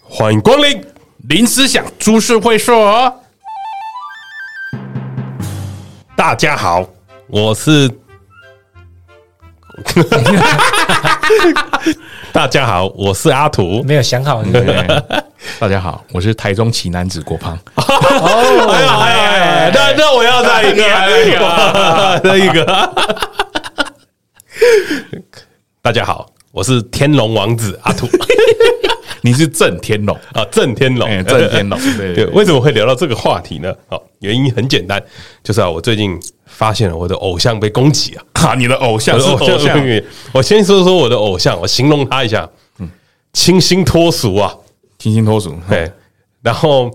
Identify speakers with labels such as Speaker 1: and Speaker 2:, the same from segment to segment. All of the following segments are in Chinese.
Speaker 1: 欢迎光临。
Speaker 2: 林思想株式会所，
Speaker 1: 大家好，我是。 大家好，我是阿图。
Speaker 3: 没有想好，是不是
Speaker 2: 嗯 大家好，我是台中奇男子郭胖。
Speaker 1: 哎呀哎呀哎呀！那那我要再一个，再一个， 再一个。大家好，我是天龙王子阿土
Speaker 2: 你是郑天龙，
Speaker 1: 啊，郑天龙
Speaker 2: 哎，郑天 龙对对
Speaker 1: 对，
Speaker 2: 对
Speaker 1: 为什么会聊到这个话题呢？好，原因很简单，就是啊，我最近发现了我的偶像被攻击啊。
Speaker 2: 哈，你的偶像
Speaker 1: 我
Speaker 2: 是
Speaker 1: 的
Speaker 2: 偶像，
Speaker 1: 我先说说我的偶像，我形容他一下，
Speaker 2: 嗯
Speaker 1: 清新脱俗啊，
Speaker 2: 清新脱俗，
Speaker 1: 对，然后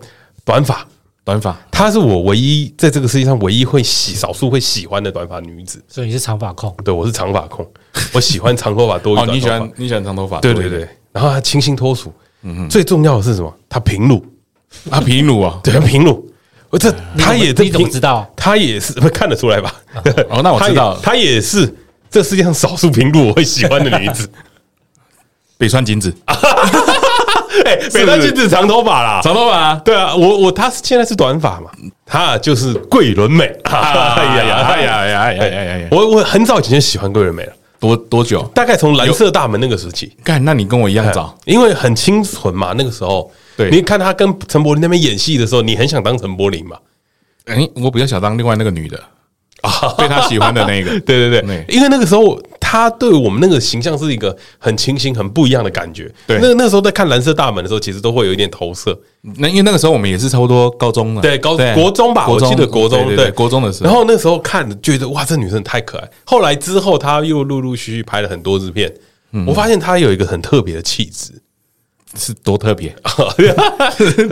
Speaker 1: 短发，
Speaker 2: 短发，
Speaker 1: 她是我唯一在这个世界上唯一会喜少数会喜欢的短发女子。
Speaker 3: 所以你是长发控，
Speaker 1: 对，我是长发 控，我喜欢长头发多于
Speaker 2: 哦，
Speaker 1: 短头发。
Speaker 2: 你喜欢你喜欢长头发，
Speaker 1: 对对对，然后她清新脱俗，
Speaker 2: 嗯
Speaker 1: 最重要的是什么？她平乳，
Speaker 2: 啊，皮鲁啊，
Speaker 1: 对，平乳。我
Speaker 2: 呃
Speaker 1: 这她也这
Speaker 3: 你怎么
Speaker 1: 平
Speaker 3: 知道？
Speaker 1: 她也是 不看得出来吧？
Speaker 2: 哦那我 知道了
Speaker 1: 她也她也是这世界上少数平乳我会喜欢的女 子。
Speaker 2: 北川景子，
Speaker 1: 哎，北川景子长头发啦，
Speaker 2: 长头发啊，
Speaker 1: 对啊，我我她现在是短发嘛，她就是桂纶镁。 哎呀呀哎呀！
Speaker 2: 啊呀哎呀哎呀
Speaker 1: 哎
Speaker 2: 哎呀！
Speaker 1: 我我很早以前就喜欢桂纶镁了，
Speaker 2: 多多久？
Speaker 1: 大概从蓝色大门那个时期，哎
Speaker 2: 干，那你跟我一样早，
Speaker 1: 因为很清纯嘛，那个时候，
Speaker 2: 对
Speaker 1: 你看她跟陈柏霖那边演戏的时候，你很想当陈柏霖嘛？
Speaker 2: 哎，我比较想当另外那个女的啊，被他喜欢的那个，
Speaker 1: 对对对
Speaker 2: 对，
Speaker 1: 因为那个时候她对我们那个形象是一个很清新、很不一样的感觉。
Speaker 2: 对
Speaker 1: 那那时候在看蓝色大门的时候，其实都会有一点投射。
Speaker 2: 那因为那个时候我们也是差不多高中了，
Speaker 1: 对，高国中吧，我记得国中，
Speaker 2: 对
Speaker 1: 对
Speaker 2: 国中的时候，
Speaker 1: 然后那时候看觉得哇，这女生太可爱。后来之后，她又陆陆续续拍了很多支片，我发现她有一个很特别的气质，
Speaker 2: 是多特别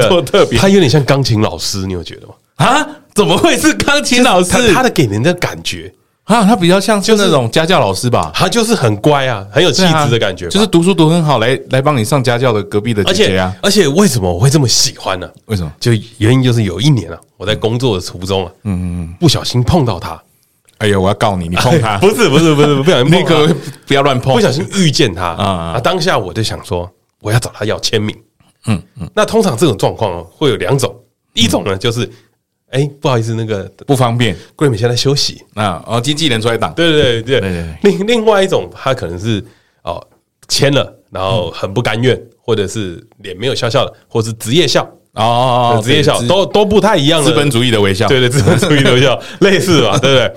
Speaker 1: 多特别，她有点像钢琴老师，你有觉得吗？
Speaker 2: 啊？怎么会是钢琴老
Speaker 1: 她她的给人的感觉，
Speaker 2: 啊，他比较像是那种家教老师吧，
Speaker 1: 她就是很乖啊，很有气
Speaker 2: 对啊
Speaker 1: 质的感觉吧，
Speaker 2: 就是读书读很好，来来帮你上家教的隔壁的
Speaker 1: 而
Speaker 2: 姐姐
Speaker 1: 且
Speaker 2: 啊。
Speaker 1: 而且为什么我会这么喜欢呢？
Speaker 2: 为什么
Speaker 1: 就原因就是有一年啊，我在工作的途中啊，嗯嗯，不小心碰到她，
Speaker 2: 哎呀，我要告你，你碰他，
Speaker 1: 哎不是不是不是，不小心
Speaker 2: 那
Speaker 1: 碰到她
Speaker 2: 个不要乱碰，
Speaker 1: 啊不小心遇见他
Speaker 2: 啊
Speaker 1: 啊，当下我就想说，我要找他要签名。嗯，那通常这种状况哦，会有两种，一种呢就是，哎，不好意思，那个
Speaker 2: 不方便
Speaker 1: 桂美现在休息。
Speaker 2: 啊。哦，经纪人出来挡，
Speaker 1: 对对对
Speaker 2: 对
Speaker 1: 对
Speaker 2: 对，
Speaker 1: 另另外一种，他可能是哦签了，然后很不甘愿，或者是脸没有笑笑的，或是职业笑、呃
Speaker 2: 哦哦哦，
Speaker 1: 职业笑
Speaker 2: 资
Speaker 1: 都都不太一样的
Speaker 2: 资本主义的微笑，
Speaker 1: 对对，资本主义留校类似嘛，对不对？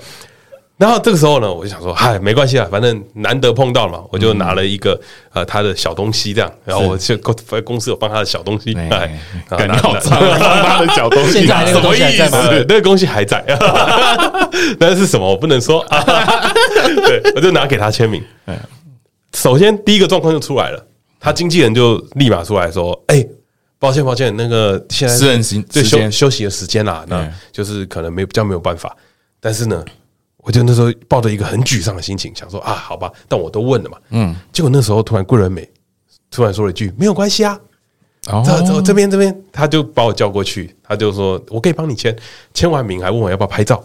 Speaker 1: 然后这个时候呢，我就想说，嗨，没关系啊，反正难得碰到嘛，我就拿了一个呃他的小东西这样，然后我去公公司有放他的小东西，
Speaker 2: 哎
Speaker 1: 哎，
Speaker 2: 感觉
Speaker 1: 然后
Speaker 2: 好
Speaker 1: 拿
Speaker 2: 脏，啊放他的小东西
Speaker 3: 现在还
Speaker 2: 啊，
Speaker 3: 那
Speaker 2: 什
Speaker 3: 个
Speaker 2: 么
Speaker 3: 东
Speaker 2: 意
Speaker 3: 西还在吗
Speaker 2: 思？
Speaker 1: 对，那个东西还在， 但是什么我不能说 啊。对，我就拿给他签名。
Speaker 3: 哎
Speaker 1: 首先第一个状况就出来了，他经纪人就立马出来说：“哎、抱歉，抱歉，那个现在
Speaker 2: 私人行
Speaker 1: 对
Speaker 2: 时
Speaker 1: 休
Speaker 2: 间
Speaker 1: 休息的时间啦，那
Speaker 2: 嗯
Speaker 1: 就是可能没比较没有办法。但是呢，我就那时候抱着一个很沮丧的心情，想说啊，好吧，但我都问了嘛，嗯。结果那时候突然桂纶镁突然说了一句：没有关系啊，这
Speaker 2: 哦
Speaker 1: 这这边这边，他就把我叫过去，他就说：“我可以帮你签，签完名还问我要不要拍照。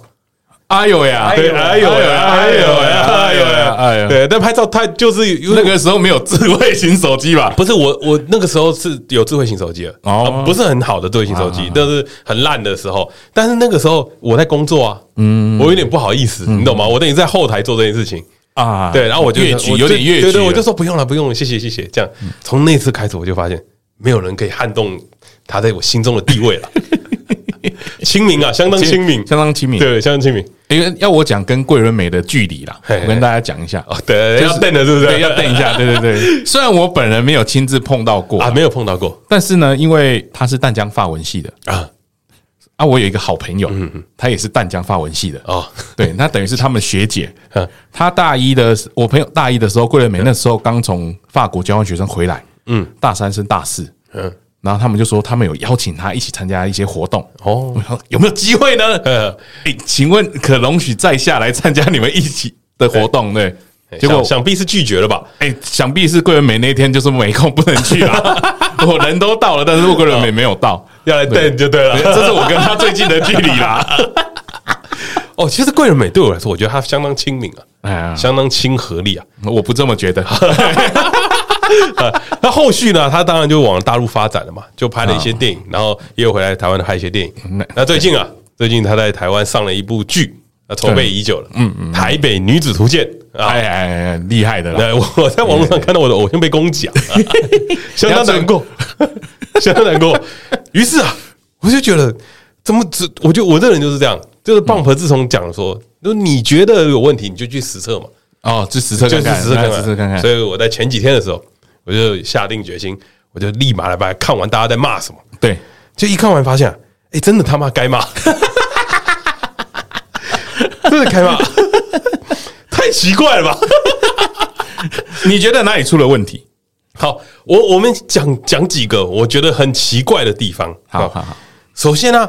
Speaker 2: 哎呦呀，
Speaker 1: 对，哎呦呀，哎呦呀，哎呦呀，哎
Speaker 2: 哎
Speaker 1: 呦！
Speaker 2: 呦，
Speaker 1: 对，但拍照他就是有
Speaker 2: 那个时候没有智慧型手机吧？
Speaker 1: 不是我，我那个时候是有智慧型手机了，
Speaker 2: 哦
Speaker 1: 啊不是很好的智慧型手机，但是很烂的时候。但是那个时候我在工作啊，嗯，我有点不好意思，你懂吗？我等于在后台做这件事情。
Speaker 2: 啊，
Speaker 1: 对，然后我就
Speaker 2: 越举
Speaker 1: 我
Speaker 2: 有
Speaker 1: 就
Speaker 2: 点
Speaker 1: 对
Speaker 2: 越举
Speaker 1: 对，
Speaker 2: 了，嗯
Speaker 1: 我就说不用了，不用了，谢谢谢谢。这样，从那次开始我就发现，没有人可以撼动他在我心中的地位了。 亲民啊，相当亲民，
Speaker 2: 相当亲民。
Speaker 1: 对，相当亲民。
Speaker 2: 因为要我讲跟桂纶镁的距离啦，
Speaker 1: 嘿嘿
Speaker 2: 我跟大家讲一下，
Speaker 1: 哦，对，
Speaker 2: 就是
Speaker 1: 要瞪了是不是？
Speaker 2: 对，要瞪一下，对对 对。虽然我本人没有亲自碰到过
Speaker 1: 啊，没有碰到过
Speaker 2: 但是呢，因为他是淡江法文系的
Speaker 1: 啊，
Speaker 2: 啊，我有一个好朋
Speaker 1: 嗯
Speaker 2: 友，他也是淡江法 文系的，
Speaker 1: 哦，
Speaker 2: 对，那等于是他们学姐
Speaker 1: 嗯。
Speaker 2: 他大一的时，我朋友大一的时候，桂纶镁那时候刚从法国交换学生回来，嗯，大三升大四，
Speaker 1: 嗯，
Speaker 2: 然后他们就说他们有邀请他一起参加一些活动，
Speaker 1: 哦
Speaker 2: 我，说有没有 机会呢？
Speaker 1: 呃，
Speaker 2: 哎，请问可容许在下来参加你们一起的活动？对，结
Speaker 1: 结
Speaker 2: 果
Speaker 1: 果想必是拒绝了吧？
Speaker 2: 哎，想必是桂纶镁那天就是没空不能去啦。 我人都到了，但是桂纶镁没有到，
Speaker 1: 要来瞪就对
Speaker 2: 对
Speaker 1: 了。
Speaker 2: 这是我跟他最 近的距离啦。
Speaker 1: 哦，其实桂纶镁对我来说，我觉得她相当亲民啊，
Speaker 2: 哎呀，
Speaker 1: 相当亲和力啊。
Speaker 2: 我不这么觉得。
Speaker 1: 呃 那后续呢，他当然就往大陆发展了嘛，就拍了一些电影，然后也有回来台湾拍一些电影。啊那最近啊，最近他在台湾上了一部剧，啊，筹备已久了，嗯嗯，《台北女子图鉴》啊。
Speaker 2: 哎哎哎，厉害的啦！
Speaker 1: 那我 在网络上看到我的偶像被攻 击啊，相当难过， 相当难过。于是啊，我就觉得怎么只，我就我这人就是这样，就是棒婆自从讲了说，就你觉得有问题，你就去实测嘛，
Speaker 2: 哦，这实测
Speaker 1: 就
Speaker 2: 看
Speaker 1: 是实
Speaker 2: 看，
Speaker 1: 测看
Speaker 2: 来
Speaker 1: 看，
Speaker 2: 实测看看。
Speaker 1: 所以我在前几天的时候，我就下定决心，我就立马来把它看完大家在骂什么，
Speaker 2: 对，
Speaker 1: 就一看完发现，哎、真的他妈该骂，真的该骂， 太奇怪了吧？
Speaker 2: 你觉得哪里出了问题？
Speaker 1: 好，我我们讲讲几个我觉得很奇怪的地方。
Speaker 2: 好好好，
Speaker 1: 首先呢、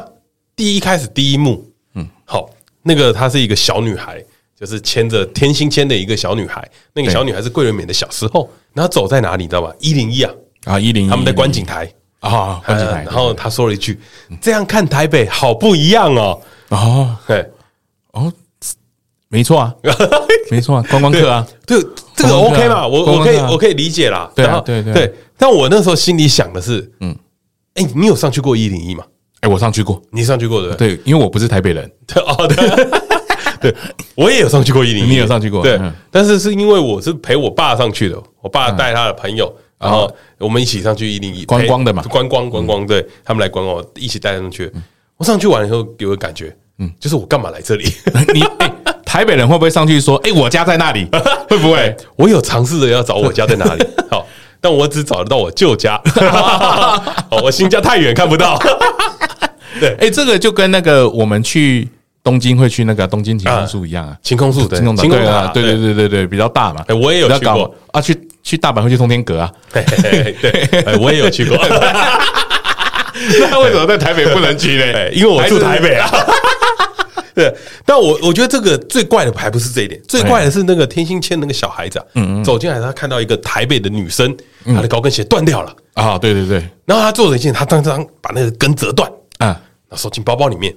Speaker 1: 第一开始第一幕，嗯，好，那个她是一个小女孩，就是牵着天心牵的一个小女孩，那个
Speaker 2: 对
Speaker 1: 小女孩是桂纶镁的小时候，然后走在哪里你知道吧？一零一啊，
Speaker 2: 啊，一零
Speaker 1: 他们在观景台，
Speaker 2: 啊，观景台，
Speaker 1: 呃然后她说了一句：“这样看台北好不一样哦。
Speaker 2: 哦”
Speaker 1: 嘿，
Speaker 2: 哦，没错啊，没错啊，观光客啊，
Speaker 1: 对，这个
Speaker 2: 观光客啊
Speaker 1: OK 嘛？我我
Speaker 2: 观光
Speaker 1: 可以
Speaker 2: 客啊
Speaker 1: 我可以理解啦。
Speaker 2: 对啊
Speaker 1: 然后
Speaker 2: 对对
Speaker 1: 对，但我那时候心里想的是，嗯，哎，你有上去过一零一吗？
Speaker 2: 哎，我上去过，
Speaker 1: 你上去过的，
Speaker 2: 对，因为我不是台北人，
Speaker 1: 对哦，对，对我也有上去过一零，
Speaker 2: 你有上去过
Speaker 1: 对
Speaker 2: 嗯，
Speaker 1: 但是是因为我是陪我爸上去的，我爸带他的朋友，然后我们一起上去一零一
Speaker 2: 哦观光的嘛嗯
Speaker 1: 观光观光，对他们来观光，一起带上去。我上去完以后有个感觉，嗯，就是我干嘛来这里？
Speaker 2: 你哎，台北人会不会上去说，哎，我家 在那里？会不会？
Speaker 1: 我有尝试着要找我家在 哪里，好，但我只找得到我舅家，哦我新家太远看不 到。
Speaker 2: 哎，这个就跟那个我们去东京会去那个东京晴空树一样啊，
Speaker 1: 晴空树对
Speaker 2: 晴空岛
Speaker 1: 晴空
Speaker 2: 对啊
Speaker 1: 岛，
Speaker 2: 对对对对对，比较大嘛
Speaker 1: 哎，。我也有
Speaker 2: 比较
Speaker 1: 去
Speaker 2: 搞
Speaker 1: 过，
Speaker 2: 啊，去去大阪会去通天 阁啊，
Speaker 1: 嘿嘿嘿对，哎我也有去过。
Speaker 2: 那为什么在台北不能 去
Speaker 1: 哎
Speaker 2: 呢？
Speaker 1: 因为我住台北啊。 对，但我我觉得这个最怪的还不是这一点，最怪的是那个天心签那个小孩子、啊，走进来他看到一个台北的女生，她的高跟鞋断掉了，
Speaker 2: 啊，对对对，
Speaker 1: 然后他做了一件，他当当把那个跟折断，
Speaker 2: 啊，
Speaker 1: 然后收进包包里面，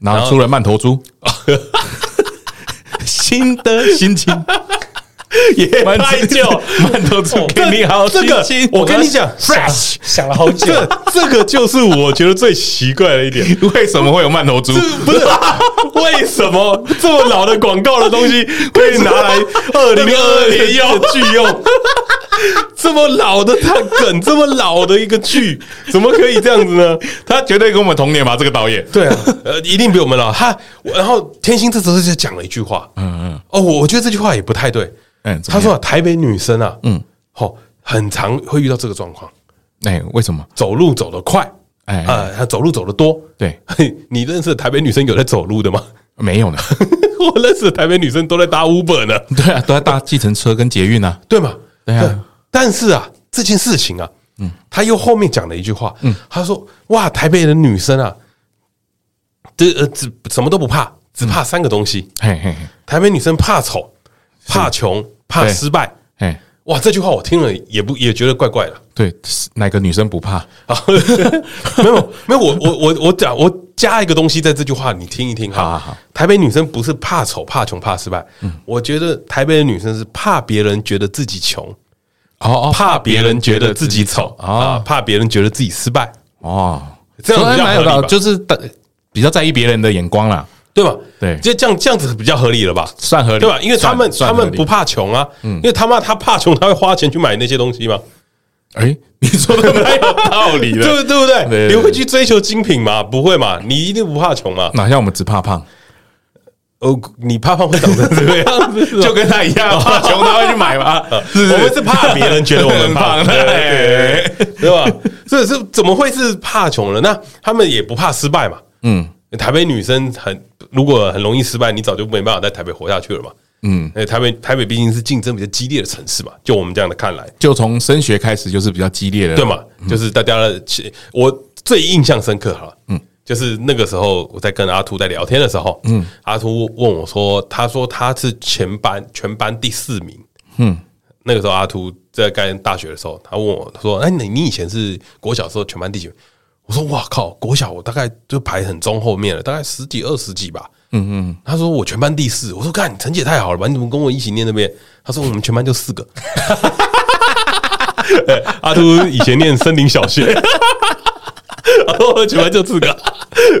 Speaker 2: 然后出了曼 头猪，新的心情，
Speaker 1: 也太旧，
Speaker 2: 曼头猪给你好
Speaker 1: 这个
Speaker 2: 心情
Speaker 1: 我跟你讲
Speaker 2: ，fresh，
Speaker 3: 想了好久，
Speaker 1: 这这个就是我觉得最奇怪的一点，
Speaker 2: 为什么会有曼头猪？
Speaker 1: 不是为什么这么老的广告的东西可以拿来二零二二年用剧用？这么老的他梗，这么老的一个剧，怎么可以这样子呢？
Speaker 2: 他绝对跟我们同年吧？这个导演，
Speaker 1: 对啊，呃，一定比我们老。他，我然后天心这时候就讲了一句话，嗯嗯，哦，我我觉得这句话也不太对。
Speaker 2: 嗯怎
Speaker 1: 他
Speaker 2: 么样
Speaker 1: 说啊台北女生啊，嗯，好，很常会遇到这个状况，
Speaker 2: 哎，为什么？
Speaker 1: 走路走得快，
Speaker 2: 哎
Speaker 1: 啊，她走路走得多。
Speaker 2: 对，
Speaker 1: 嘿你认识的台北女生有在走路的吗？
Speaker 2: 没有呢？
Speaker 1: 我认识的台北女生都在搭 Uber 呢，
Speaker 2: 对啊，都在搭计程车跟捷运啊。
Speaker 1: 对吗？
Speaker 2: 对啊
Speaker 1: 但是啊，这件事情啊，嗯，他又后面讲了一句话，嗯，他说：“哇，台北的女生啊，这呃只什么都不怕，只怕三个东西。
Speaker 2: 嘿嘿嘿
Speaker 1: 台北女生怕丑、怕穷、怕
Speaker 2: 对
Speaker 1: 失败。
Speaker 2: 嘿，”
Speaker 1: 哇，这句话我听了也不也觉得怪怪的。
Speaker 2: 对，是哪个女生不怕？
Speaker 1: 啊， 没有没有，我我我我讲，我加一个东西在这句话，你听一听哈。
Speaker 2: 好好好
Speaker 1: 台北女生不是怕丑、怕穷、怕失败，我觉得台北的女生是怕别人觉得自己穷，
Speaker 2: 哦哦，
Speaker 1: 怕别人觉得自己丑啊
Speaker 2: 啊，
Speaker 1: 怕别人觉得自己失败，
Speaker 2: 哦，
Speaker 1: 这样
Speaker 2: 所以
Speaker 1: 比较
Speaker 2: 蛮有
Speaker 1: 合理
Speaker 2: 道
Speaker 1: 吧
Speaker 2: 理就是的比较在意别人的眼光啦，
Speaker 1: 对吧？
Speaker 2: 对
Speaker 1: 就这样这样子比较合理了吧？
Speaker 2: 算合理，
Speaker 1: 对吧？因为他们
Speaker 2: 算
Speaker 1: 他
Speaker 2: 算合
Speaker 1: 们
Speaker 2: 理
Speaker 1: 不怕穷啊，因为他妈他怕穷，他会花钱去买那些东西嘛，
Speaker 2: 哎，你说的蛮有道理的，
Speaker 1: 对对不
Speaker 2: 对对
Speaker 1: 对？
Speaker 2: 对
Speaker 1: 你会去追求精品吗？不会嘛，你一定不怕穷嘛。
Speaker 2: 哪像我们只怕胖，
Speaker 1: 哦，你怕胖会长成这个样子是 吧，
Speaker 2: 就跟他一样，怕穷他会去买嘛，是不是
Speaker 1: 我们是怕别人觉得我们胖，
Speaker 2: 很
Speaker 1: 对对
Speaker 2: 胖
Speaker 1: 对 对对吧？这是怎么会是怕穷呢？那他们也不怕失败嘛？嗯，台北女生很如果很容易失败，你早就没办法在台北活下去了嘛。嗯，台北台北毕竟是竞争比较激烈的城市嘛，就我们这样的看来，
Speaker 2: 就从升学开始就是比较激烈的，
Speaker 1: 对？嘛？就是大家的，其我最印象深刻哈，嗯，就是那个时候我在跟阿秃在聊天的时候，嗯，阿秃问我说，他说他是全班全班第四名，嗯，那个时候阿秃在干大学的时候，他问我，他说，哎，你你以前是国小的时候全班第几名？我说哇靠，国小我大概就排很中后面了，大概十几二十几吧。嗯嗯，他说我全班第四，我说干，你成绩也太好了吧？你怎么跟我一起念那边？他说我们全班就四个。阿秃以前念森林小学， 然后我喜欢就四个，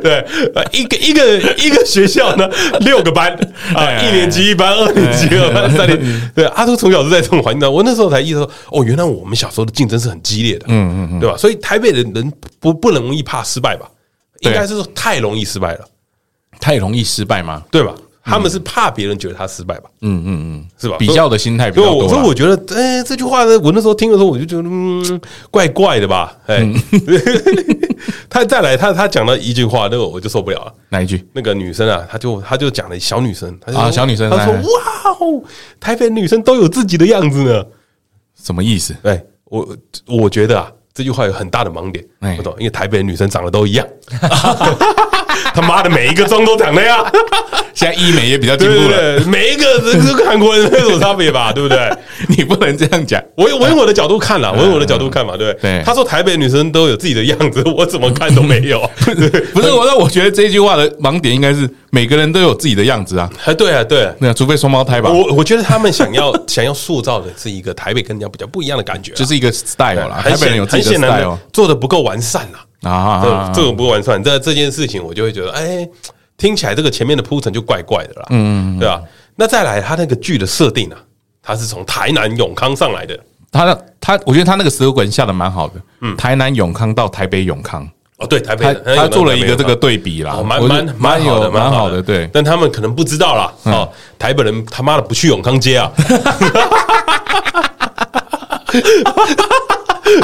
Speaker 1: 对，呃一个一个一个学校呢六个班
Speaker 2: 哎
Speaker 1: 啊，一年级一班，二年级二班，三年级对阿秃从小是在这种环境当中，我那时候才意识到，哦，原来我们小时候的竞争是很激烈的，嗯嗯嗯，对吧？所以台北的人不不容易怕失败吧？应
Speaker 2: 对
Speaker 1: 该是说太容易失败了，
Speaker 2: 太容易失败吗？
Speaker 1: 对吧？他们是怕别人觉得他失败吧？
Speaker 2: 嗯嗯嗯，
Speaker 1: 是吧？
Speaker 2: 比
Speaker 1: 所以
Speaker 2: 较的心态比
Speaker 1: 所
Speaker 2: 较
Speaker 1: 以我
Speaker 2: 多
Speaker 1: 所以我
Speaker 2: 啦。
Speaker 1: 觉得，哎、这句话呢，我那时候听的时候，我就觉得，嗯，怪怪的吧，哎、
Speaker 2: 嗯
Speaker 1: 他再来，他他讲到一句话，那个我就受不了了。
Speaker 2: 哪一句？
Speaker 1: 那个女生啊，她就她就讲了小女生，她就
Speaker 2: 啊
Speaker 1: 说
Speaker 2: 小女生
Speaker 1: 她说
Speaker 2: 哎
Speaker 1: 哇哦，台北女生都有自己的样子呢。
Speaker 2: 什么意思？
Speaker 1: 哎，我我觉得啊，这句话有很大的盲点，
Speaker 2: 哎
Speaker 1: 不懂，因为台北的女生长得都一样， 他妈的每一个妆都长那样。
Speaker 2: 现在医美也比较进
Speaker 1: 对
Speaker 2: 步
Speaker 1: 不
Speaker 2: 了，
Speaker 1: 对？每一个人跟韩国人有什么差别吧？对不对？
Speaker 2: 你不能这样讲。
Speaker 1: 我我
Speaker 2: 嗯
Speaker 1: 用我的角度看啦，我用我的角度看嘛，对不对
Speaker 2: 对
Speaker 1: 他说台北女生都有自己的样子，我怎么看都没 有。
Speaker 2: 不是我，那我觉得这句话的盲点应该是每个人都有自己的样子啊。
Speaker 1: 哎，对啊，对啊。
Speaker 2: 那除非双胞胎吧，
Speaker 1: 我我觉得他们想要 想要塑造的是一个台北跟人家比较不一样的感觉啊，
Speaker 2: 就是一个 style 啦。
Speaker 1: 很
Speaker 2: 台北人
Speaker 1: 显
Speaker 2: 有自
Speaker 1: 很
Speaker 2: 己的
Speaker 1: 显然
Speaker 2: style
Speaker 1: 的做的不够完善啦。
Speaker 2: 啊啊，啊
Speaker 1: 这这个不够完善，这这件事情我就会觉得，哎，听起来这个前面的铺陈就怪怪的啦，嗯，对吧？那再来，他那个剧的设定啊，他是从台南永康上来的，
Speaker 2: 他的他，我觉得他那个舌滚下的蛮好的。台南永康到台北永康，
Speaker 1: 哦，嗯对，台北
Speaker 2: 他
Speaker 1: 的很有
Speaker 2: 他做了一个
Speaker 1: 台北
Speaker 2: 这
Speaker 1: 的
Speaker 2: 个对比啦
Speaker 1: 哦，，蛮
Speaker 2: 我觉
Speaker 1: 蛮
Speaker 2: 得
Speaker 1: 蛮好的，
Speaker 2: 有蛮好的，对。嗯
Speaker 1: 但他们可能不知道啦，哦，台北人他妈的不去永康街啊。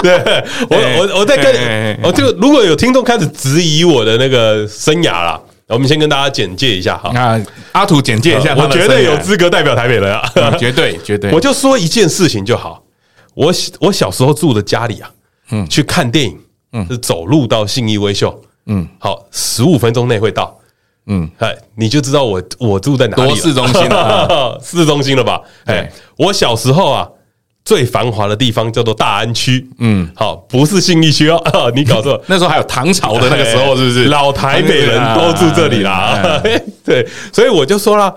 Speaker 1: 对，
Speaker 2: 哎
Speaker 1: 我我我在跟
Speaker 2: 哎哎哎，
Speaker 1: 我这个如果有听众开始质疑我的那个生涯啦，我们先跟大家简介一下哈。
Speaker 2: 那阿土简介一下他
Speaker 1: 我
Speaker 2: 的生涯，
Speaker 1: 绝对有资格代表台北人啊，
Speaker 2: 嗯，绝对绝对，
Speaker 1: 我就说一件事情就好。我小我小时候住的家里啊，嗯，去看电影，嗯，是走路到信义威秀，嗯，好，十五分钟内会到，嗯
Speaker 2: 嗯，
Speaker 1: 哎，你就知道我我住在哪里了
Speaker 2: 多市中心啊
Speaker 1: 市中心了吧？哎
Speaker 2: 对，
Speaker 1: 我小时候啊。最繁华的地方叫做大安区，嗯，好，不是信义区哦， 你搞错，
Speaker 2: 那时候还有唐朝的那个时候，
Speaker 1: 哎
Speaker 2: 是不哎是？
Speaker 1: 老台北人都住这里啦。 对，所以我就说啦，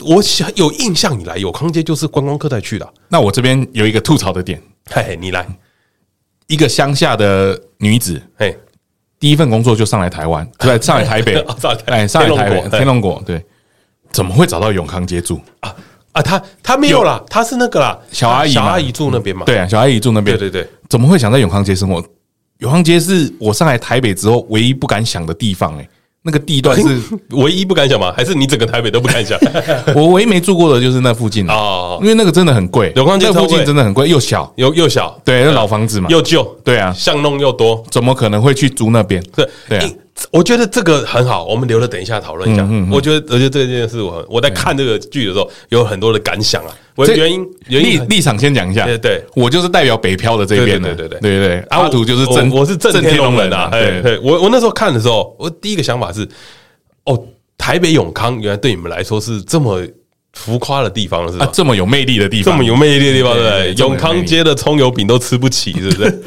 Speaker 1: 我想有印象以来，永康街就是观光客在去的啊。
Speaker 2: 那我这边有一个吐槽的点，
Speaker 1: 嘿，你来，
Speaker 2: 一个乡下的女子，
Speaker 1: 嘿，
Speaker 2: 第一份工作就上来台 湾，对，上来台北
Speaker 1: 哦上来，
Speaker 2: 哎，上来台
Speaker 1: 天龙
Speaker 2: 北
Speaker 1: 国哎
Speaker 2: 天龙国，对，怎么会找到永康街住？
Speaker 1: 啊啊，他他没有啦，他是那个啦，
Speaker 2: 小阿姨嘛
Speaker 1: 小阿姨住那边嘛。
Speaker 2: 对啊，小阿姨住那边，
Speaker 1: 对对对，
Speaker 2: 怎么会想在永康街生活？永康街是我上来台北之后唯一不敢想的地方，哎，那个地段是
Speaker 1: 唯一不敢想吗？还是你整个台北都不敢 想？
Speaker 2: 我唯一没住过的，就是那附近啊，
Speaker 1: 哦，
Speaker 2: 因为那个真的很贵，
Speaker 1: 永康街
Speaker 2: 那
Speaker 1: 超
Speaker 2: 附
Speaker 1: 贵
Speaker 2: 近真的很贵，又小，
Speaker 1: 又又小，
Speaker 2: 对，那老房子嘛，
Speaker 1: 又旧，
Speaker 2: 对啊
Speaker 1: 巷弄又多，
Speaker 2: 怎么可能会去租那边？
Speaker 1: 对
Speaker 2: 对啊
Speaker 1: 诶我觉得这个很好，我们留了等一下讨论一下。
Speaker 2: 嗯
Speaker 1: 我觉得，我觉得这件事我很，我在看这个剧的时候有很多的感想啊。我
Speaker 2: 这
Speaker 1: 原因原
Speaker 2: 立
Speaker 1: 因很
Speaker 2: 立场先讲一下，
Speaker 1: 对对
Speaker 2: 我就是代表北漂的这一边的，
Speaker 1: 对对对
Speaker 2: 对对对，阿土就是
Speaker 1: 啊我
Speaker 2: 正，
Speaker 1: 我我是正天龙人啊。哎，
Speaker 2: 对，
Speaker 1: 对我我那时候看的时候，我第一个想法是，哦，台北永康原来对你们来说是这么浮夸的地方了，是
Speaker 2: 啊
Speaker 1: 吧，？
Speaker 2: 这么有魅力的地
Speaker 1: 这
Speaker 2: 方，
Speaker 1: 么有魅力的地方，对
Speaker 2: 对
Speaker 1: 不
Speaker 2: 对
Speaker 1: 对？
Speaker 2: 对这么有
Speaker 1: 永康
Speaker 2: 魅力
Speaker 1: 街的葱油饼都吃不起，是不 是？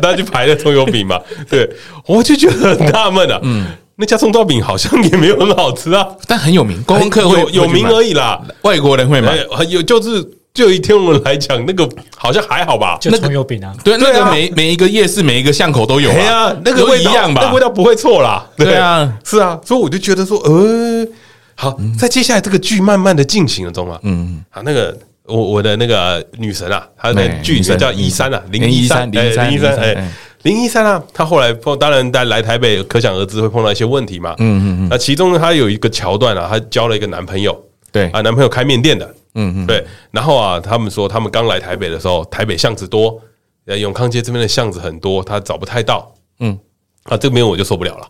Speaker 1: 他去排那葱油饼嘛，对，我就觉得很纳闷啊。嗯，那家葱油饼好像也没有很好吃啊，
Speaker 2: 但很有名，观光客会
Speaker 1: 有有名而，已啦。
Speaker 2: 会去买外国人会买。
Speaker 1: 哎，有就是就以天文人来讲，那个好像还好吧。
Speaker 3: 就葱油饼啊，
Speaker 2: 对，那
Speaker 1: 对啊
Speaker 2: 个每每一个夜市、每一个巷口都有
Speaker 1: 哎
Speaker 2: 啊
Speaker 1: 呀，，那个
Speaker 2: 都
Speaker 1: 味
Speaker 2: 一
Speaker 1: 道
Speaker 2: 样
Speaker 1: 那
Speaker 2: 吧
Speaker 1: 个味？道不会错啦。
Speaker 2: 对啊，嗯
Speaker 1: 是啊，所以我就觉得说，呃，好，在接下来这个剧慢慢的进行了中啊，嗯，好，那个我我的那个女神啊，她的
Speaker 2: 哎
Speaker 1: 剧
Speaker 2: 女
Speaker 1: 名
Speaker 2: 神
Speaker 1: 叫一三啊，
Speaker 2: 嗯
Speaker 1: 零一三，
Speaker 2: 013
Speaker 1: 零一三，
Speaker 2: 013
Speaker 1: 哎
Speaker 2: 哎。
Speaker 1: 零一三啊，她后来碰，当然在来台北，可想而知会碰到一些问题嘛。嗯嗯嗯。那其中她有一个桥段啊，她交了一个男朋友，
Speaker 2: 对
Speaker 1: 啊，男朋友开面店的，嗯嗯，对。然后啊，他们说他们刚来台北的时候，台北巷子多，呃，永康街这边的巷子很多，他找不太到，嗯
Speaker 2: 嗯，
Speaker 1: 啊，这边我就受不了了。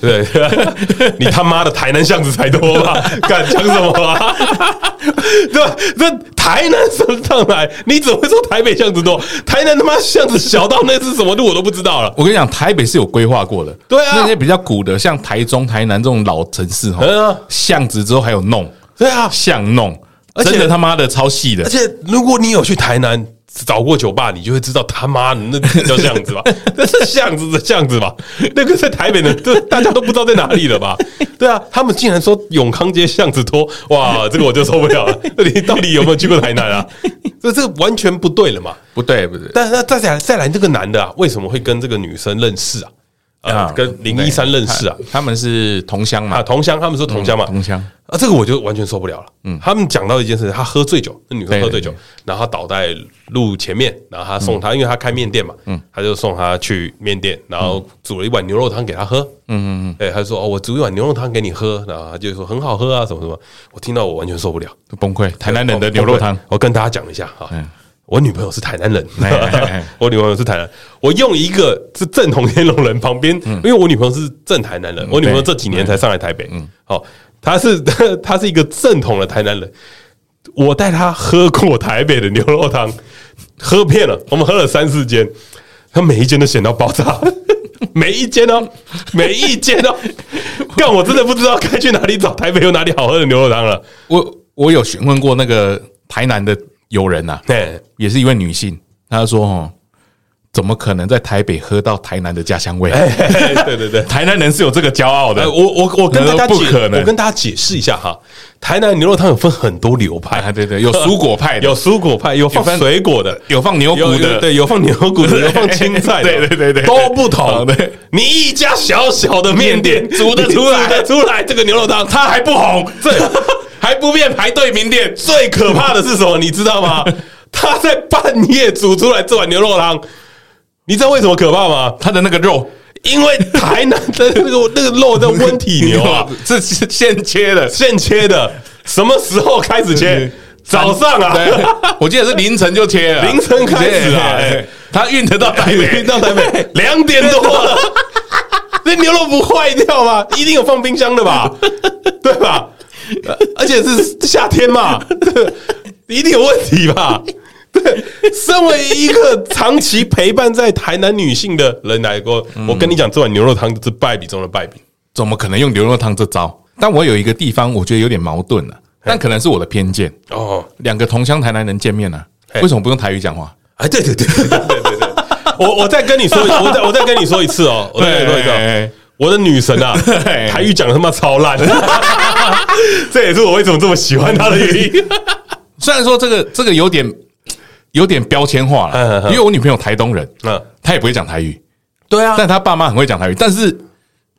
Speaker 1: 对， 你他妈的台南巷子才多吧？敢讲什么啊？ 对，这台南上上来，你只会说台北巷子多，台南他妈巷子小到那是什么路我都不知道了。
Speaker 2: 我跟你讲，台北是有规划过的，
Speaker 1: 对啊
Speaker 2: 那些比较古的，像台中、台南这种老城市哈
Speaker 1: 嗯啊，
Speaker 2: 巷子之后还有弄
Speaker 1: 对啊，
Speaker 2: 巷弄，
Speaker 1: 而且
Speaker 2: 真的他妈的超细的
Speaker 1: 而，且如果你有去台南，找过酒吧，你就会知道他妈的那叫巷子吧？那是巷子的巷子吧？那个在台北的，这大家都不知道在哪里了吧？对啊，他们竟然说永康街巷子多，哇，这个我就受不了了。你到底有没有去过台南啊？这这个完全不对了嘛！
Speaker 2: 不对不对，
Speaker 1: 但那再来再来，这个男的啊，为什么会跟这个女生认识啊？啊，跟零一三认识啊？
Speaker 2: 他他们是同乡嘛嗯
Speaker 1: 啊，，同乡，他们说同乡嘛，
Speaker 2: 同乡
Speaker 1: 啊，这个我就完全受不了了。嗯，他们讲到一件事，他喝醉酒，那女生
Speaker 2: 对
Speaker 1: 喝
Speaker 2: 对
Speaker 1: 醉酒，然后他倒在路前面，然后他送她，因为他开面店嘛，嗯，他就送她去面店，然后煮了一碗牛肉汤给她喝，嗯嗯嗯，哎，他说哦，我煮一碗牛肉汤给你喝，然后他就说很好喝啊，什么什么，我听到我完全受不了。
Speaker 2: 崩溃，台南人的牛肉汤
Speaker 1: 哦我跟大家讲一下哈
Speaker 2: 嗯。
Speaker 1: 我女朋友是台南人
Speaker 2: 哎哎哎，
Speaker 1: 我女朋友是台南。我用一个是正统天龙人旁边，
Speaker 2: 嗯
Speaker 1: 因为我女朋友是正台南人，我女朋友这几年才上来台
Speaker 2: 嗯
Speaker 1: 北。好，她是 她是一个正统的台南人。我带她喝过台北的牛肉汤，喝遍了，我们喝了三四间，她每一间都咸到爆炸， 每一间哦，每一间哦，干我真的不知道该去哪里找台北有哪里好喝的牛肉汤了。
Speaker 2: 我我有询问过那个台南的友人呐、啊，
Speaker 1: 对。
Speaker 2: 也是一位女性，她说哦，怎么可能在台北喝到台南的家乡 味？
Speaker 1: 哎对对对。
Speaker 2: 台南人是有这个骄傲的
Speaker 1: 哎，，我我我跟大家
Speaker 2: 那都
Speaker 1: 解
Speaker 2: 不可能
Speaker 1: 我跟大家解释一下哈，台南牛肉汤有分很多流
Speaker 2: 啊
Speaker 1: 派，
Speaker 2: 对对有蔬果派的
Speaker 1: 有蔬果派，有放
Speaker 2: 有分
Speaker 1: 水果的，
Speaker 2: 有放牛
Speaker 1: 有
Speaker 2: 骨的，
Speaker 1: 有对，有放牛骨的，有放青菜的，
Speaker 2: 对对对对对
Speaker 1: 都不同
Speaker 2: 啊。对
Speaker 1: 你一家小小的面 点煮得出来，煮得出来这个牛肉汤，它还不红，这 还不变排队名店。最可怕的是什么？你知道吗？他在半夜煮出来这碗牛肉汤，你知道为什么可怕吗？
Speaker 2: 它的那个肉
Speaker 1: 因为台南的那个那个肉叫温体牛啊，，
Speaker 2: 这 是现切的。
Speaker 1: 现切的，什么时候开始切
Speaker 2: 嗯？
Speaker 1: 早上啊，
Speaker 2: 对， 我记得是凌晨就切了，
Speaker 1: 凌晨开始啊
Speaker 2: 对
Speaker 1: 哎，
Speaker 2: 他运得到台北，
Speaker 1: 运到台北两点多 了，那牛肉不坏掉吗？一定有放冰箱的 吧？对吧？呃而且是夏天嘛， 一定有问题吧？对，身为一个长期陪伴在台南女性的人来说，我跟你讲，这碗牛肉汤是败笔中的败笔。
Speaker 2: 怎么可能用牛肉汤这招？但我有一个地方，我觉得有点矛盾了，但可能是我的偏见。
Speaker 1: 哦，
Speaker 2: 两个同乡台南人见面了、
Speaker 1: 嘿
Speaker 2: 为什么不用台语讲话？
Speaker 1: 哎，对对对对对对对，我我再跟你说，我再我再跟你说一次哦，我再跟你说一次哦
Speaker 2: 哎哎哎，
Speaker 1: 我的女神 啊，
Speaker 2: 对
Speaker 1: 台语讲得他妈超烂， 这也是我为什么这么喜欢她的原 因。
Speaker 2: 虽然说这个这个有点有点标签化
Speaker 1: 嗯嗯
Speaker 2: 了，
Speaker 1: 嗯
Speaker 2: 因为我女朋友台东人，
Speaker 1: 嗯，
Speaker 2: 她也不会讲台语，
Speaker 1: 对啊
Speaker 2: 但她爸妈很会讲台语，但是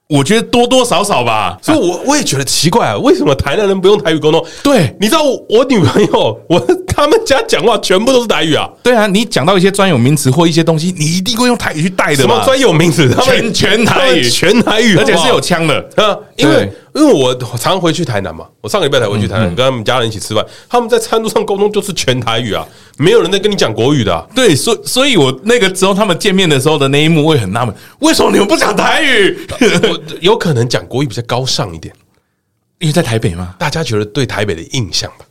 Speaker 2: 我觉得多多少少吧，
Speaker 1: 所以我我也觉得奇怪啊，为什么台南人不用台语沟通？
Speaker 2: 对
Speaker 1: 你知道我我女朋友，我他们家讲话全部都是台语啊，
Speaker 2: 对啊，你讲到一些专有名词或一些东西，你一定会用台语去带
Speaker 1: 什
Speaker 2: 的
Speaker 1: 么
Speaker 2: 嘛，
Speaker 1: 专啊有名词，他们
Speaker 2: 全全
Speaker 1: 他
Speaker 2: 台
Speaker 1: 们
Speaker 2: 语，
Speaker 1: 全台语，
Speaker 2: 而且
Speaker 1: 好
Speaker 2: 是
Speaker 1: 不好
Speaker 2: 有腔的，
Speaker 1: 啊，因为
Speaker 2: 对
Speaker 1: 因为我常回去台南嘛，我上个礼拜才回去台南，跟他们家人一起吃饭，他们在餐桌上沟通就是全台语啊，没有人在跟你讲国语的、啊。
Speaker 2: 对，所所以，我那个时候他们见面的时候的那一幕，我也很纳闷，为什么你们不讲台语？
Speaker 1: 我有可能讲国语比较高尚一点，
Speaker 2: 因为在台北嘛，
Speaker 1: 大家觉得对台北的印象吧。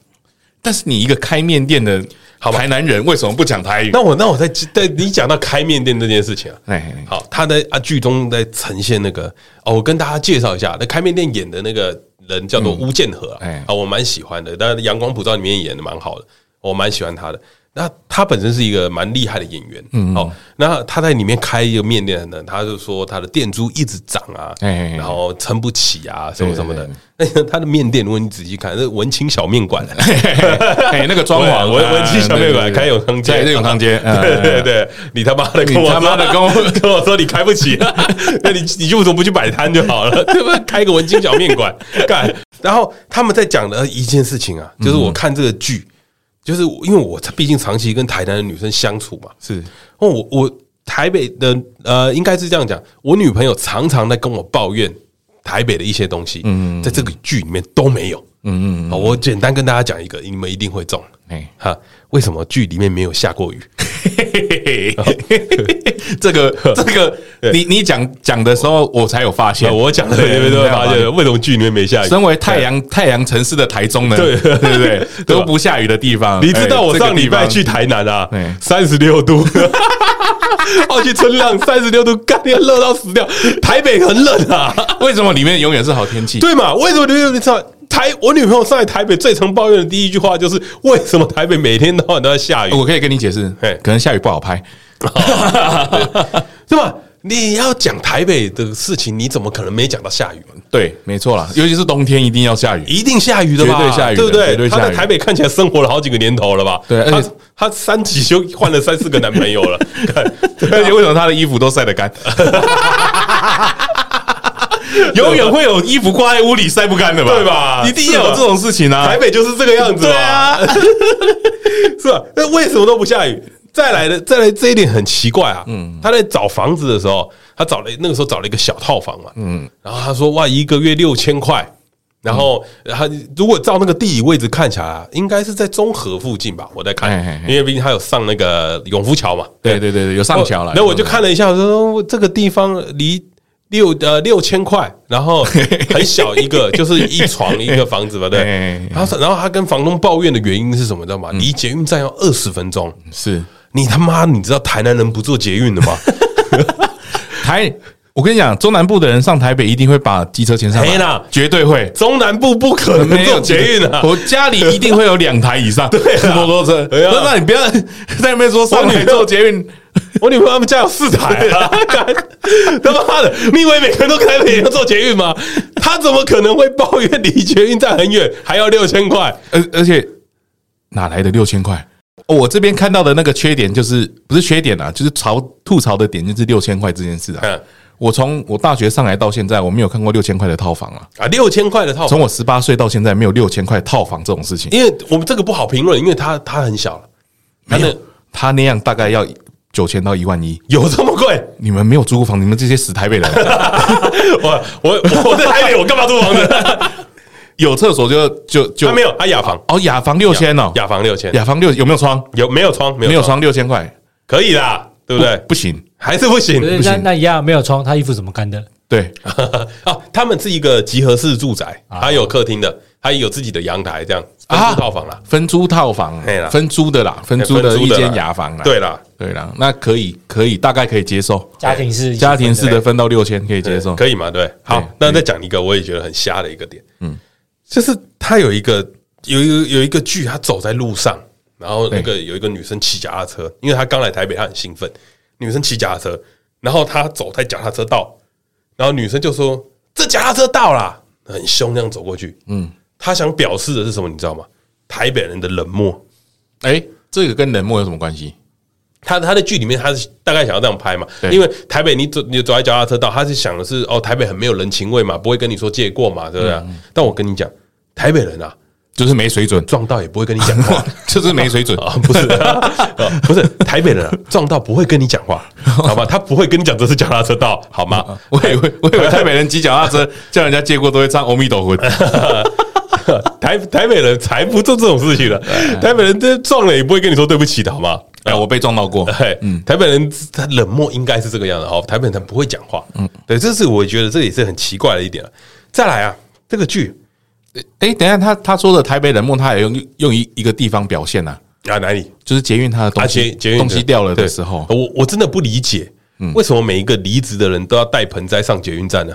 Speaker 2: 但是你一个开面店的
Speaker 1: 好吧
Speaker 2: 台南人，为什么不讲台语？
Speaker 1: 那我那我在在你讲到开面店这件事情啊，
Speaker 2: 哎，
Speaker 1: 好，他在啊剧中在呈现那个哦，我跟大家介绍一下，那开面店演的那个人叫做吴建和啊，
Speaker 2: 哎
Speaker 1: 啊我蛮喜欢的，但是《阳光普照》里面演的蛮好的，我蛮喜欢他的。那他本身是一个蛮厉害的演员，嗯，哦，那他在里面开一个面店呢，他就说他的店租一直涨啊，
Speaker 2: 哎哎哎
Speaker 1: 然后撑不起啊，什么什么的
Speaker 2: 对。
Speaker 1: 那他的面店，如果你仔细看，是文青小面馆，啊
Speaker 2: 哎，那个装 潢，
Speaker 1: 文文文青小面馆
Speaker 2: 啊
Speaker 1: 开永康街
Speaker 2: 对对永康街，
Speaker 1: 对对
Speaker 2: 嗯，
Speaker 1: 对，你他妈的跟
Speaker 2: 你
Speaker 1: 我
Speaker 2: 他
Speaker 1: 说
Speaker 2: 妈的跟我
Speaker 1: 跟我说你开不 起，那你你就怎么不去摆摊就好了，对不对？开个文青小面 馆干。然后他们在讲的一件事情啊，就是
Speaker 2: 嗯
Speaker 1: 我看这个剧，就是因为我毕竟长期跟台南的女生相处嘛，
Speaker 2: 是
Speaker 1: 哦，我我台北的呃，应该是这样讲，我女朋友常常在跟我抱怨台北的一些东西，嗯，在这个剧里面都没有，嗯嗯，我简单跟大家讲一个，你们一定会中，
Speaker 2: 哎，
Speaker 1: 哈，为什么剧里面没有下过雨？
Speaker 2: 这个 这个，你你讲讲的时候，我才有发现，
Speaker 1: 呃我讲的你们都会发现，为什么剧里面没下雨？
Speaker 2: 身为太阳太阳城市的台中呢，
Speaker 1: 对
Speaker 2: 对不对？
Speaker 1: 对吧
Speaker 2: 都不下雨的地方，
Speaker 1: 你知道
Speaker 2: 哎
Speaker 1: 我上礼拜，
Speaker 2: 这个地
Speaker 1: 去台南啊
Speaker 2: 对，
Speaker 1: 三十六度， 我去春浪三十六度，干要热到死掉。台北很冷啊，
Speaker 2: 方为什么里面永远是好天气？
Speaker 1: 对嘛？为什么你你知道台我女朋友上来台北最常抱怨的第一句话就是为什么台北每天到晚都在下雨，
Speaker 2: 我可以跟你解释
Speaker 1: 嘿，
Speaker 2: 可能下雨不好拍。
Speaker 1: 对吧？你要讲台北的事情，你怎么可能没讲到下雨嘛？
Speaker 2: 对，没错啦，尤其是冬天一定要下雨。
Speaker 1: 一定下雨的吧？
Speaker 2: 绝对下雨的
Speaker 1: 对不
Speaker 2: 绝对
Speaker 1: 对？
Speaker 2: 下
Speaker 1: 他
Speaker 2: 雨
Speaker 1: 在台北看起来生活了好几个年头了吧？
Speaker 2: 对而
Speaker 1: 他
Speaker 2: 且
Speaker 1: 他三级就换了三四个男朋友 了，看
Speaker 2: 而且为什么他的衣服都晒 得干？永远会有衣服挂在屋里晒不干的吧？
Speaker 1: 对吧
Speaker 2: 一定要有这种事情啊！
Speaker 1: 台北就是这个样子，
Speaker 2: 对，啊，
Speaker 1: 是吧？那为什么都不下雨？再来的，再来这一点很奇怪啊。嗯，他在找房子的时候，他找了那个时候找了一个小套房嘛。嗯，然后他说哇，一个月六千块。然后他如果照那个地理位置看起来啊，应该是在中和附近吧？我在看
Speaker 2: 嘿嘿，嘿
Speaker 1: 因为毕竟他有上那个永福桥嘛。
Speaker 2: 对对对对，有上桥了。
Speaker 1: 那我就看了一下，我说哦这个地方离六呃六千块，然 后很小一个，就是一床一个房子吧， 对
Speaker 2: 哎。
Speaker 1: 然后然后他跟房东抱怨的原因是什么，知道
Speaker 2: 嗯
Speaker 1: 吗？离捷运站要二十分钟，
Speaker 2: 是
Speaker 1: 你他妈你知道台南人不坐捷运的 吗？
Speaker 2: 台，我跟你讲，中南部的人上台北一定会把机车钱上
Speaker 1: 嘿
Speaker 2: 来
Speaker 1: 啦，
Speaker 2: 绝对会。
Speaker 1: 中南部不可能坐捷运啊！
Speaker 2: 我家里一定会有两台以上对摩托车。
Speaker 1: 对啊
Speaker 2: 那那你不要 在那边说上
Speaker 1: 我女
Speaker 2: 海
Speaker 1: 朋友
Speaker 2: 坐捷运，
Speaker 1: 我女朋友他们家有四台 啊！干他妈的，你以为每个人都台北要坐捷运吗？他怎么可能会抱怨离捷运站很远，还要六千块？
Speaker 2: 而而且哪来的六千块？哦我这边看到的那个缺点就是不是缺点啊，就是槽吐槽的点就是六千块这件事啊
Speaker 1: 嗯。
Speaker 2: 我从我大学上来到现在，我没有看过六千块的套房啊。
Speaker 1: 啊，六千块的套房
Speaker 2: 从我十八岁到现在，没有六千块套房这种事情。
Speaker 1: 因为我们这个不好评论，因为它它很小了，它的
Speaker 2: 他那样大概要九千到一万一。
Speaker 1: 有这么 贵？
Speaker 2: 你们没有租过房，你们这些死台北人啊
Speaker 1: 我我我在台北，我干嘛租房子？
Speaker 2: 有厕所就就 就
Speaker 1: 他没有，他雅房
Speaker 2: 哦，雅房六千哦，
Speaker 1: 雅房六千，
Speaker 2: 雅房六有没有窗？
Speaker 1: 有没有窗？
Speaker 2: 没
Speaker 1: 没
Speaker 2: 有
Speaker 1: 有窗，
Speaker 2: 窗六千块，
Speaker 1: 可以啦，对不对？
Speaker 2: 不行，
Speaker 1: 还是不行
Speaker 3: 可是那那一样没有窗，他衣服怎么干的？
Speaker 2: 对，
Speaker 1: 啊！他们是一个集合式住宅，它有客厅的，它有自己的阳台，这样
Speaker 2: 啊
Speaker 1: 啊，套房啦。
Speaker 2: 分租套房啊
Speaker 1: 嘿啦，
Speaker 2: 分租的啦，分租的
Speaker 1: 分租
Speaker 2: 一
Speaker 1: 的啦
Speaker 2: 间雅房啦，
Speaker 1: 对啦，
Speaker 2: 对啦，那可以可以，大概可以接受，
Speaker 3: 家庭式
Speaker 2: 家庭式的分到六千可以接受，
Speaker 1: 可以吗？对，好
Speaker 2: 对，
Speaker 1: 那再讲一个我也觉得很瞎的一个点，嗯，就是他有一个有一个有一个剧，他走在路上，然后那个有一个女生骑脚踏车，因为她刚来台北，她很兴奋，女生骑脚踏车，然后她走在脚踏车道，然后女生就说：“这脚踏车到啦！”很凶那样走过去，嗯，她想表示的是什么？你知道吗？台北人的冷漠。
Speaker 2: 哎，这个跟冷漠有什么关系？
Speaker 1: 他他的剧里面，他是大概想要这样拍嘛？
Speaker 2: 对
Speaker 1: 因为台北你走你走在脚踏车道，他是想的是哦，台北很没有人情味嘛，不会跟你说借过嘛，对不对？但我跟你讲，台北人啊，，
Speaker 2: 就是没水准
Speaker 1: 撞到也不会跟你讲话
Speaker 2: 就是没 水准，
Speaker 1: 啊，不是、啊不是台北人啊，撞到不会跟你讲话，好吧？他不会跟你讲这是脚踏车道，好吗？
Speaker 2: 我以为我以为台北人骑脚踏车叫人家借过都会唱阿弥陀佛，
Speaker 1: 台台北人才不做这种事情的，台北人这撞了也不会跟你说对不起的，好吗？
Speaker 2: 哎，我被撞到过，
Speaker 1: 对，台北人他冷漠应该是这个样子哦，台北人他不会讲话，嗯，对，这是我觉得这也是很奇怪的一点啊再来啊，这个剧
Speaker 2: 哎，等一下他他说的台北冷漠，他也用用一一个地方表现呐，
Speaker 1: 啊哪里？
Speaker 2: 就是捷运他的
Speaker 1: 啊
Speaker 2: 东西
Speaker 1: 捷捷运
Speaker 2: 东西掉了的时候，
Speaker 1: 对
Speaker 2: 嗯
Speaker 1: 我我真的不理解，为什么每一个离职的人都要带盆栽上捷运站呢？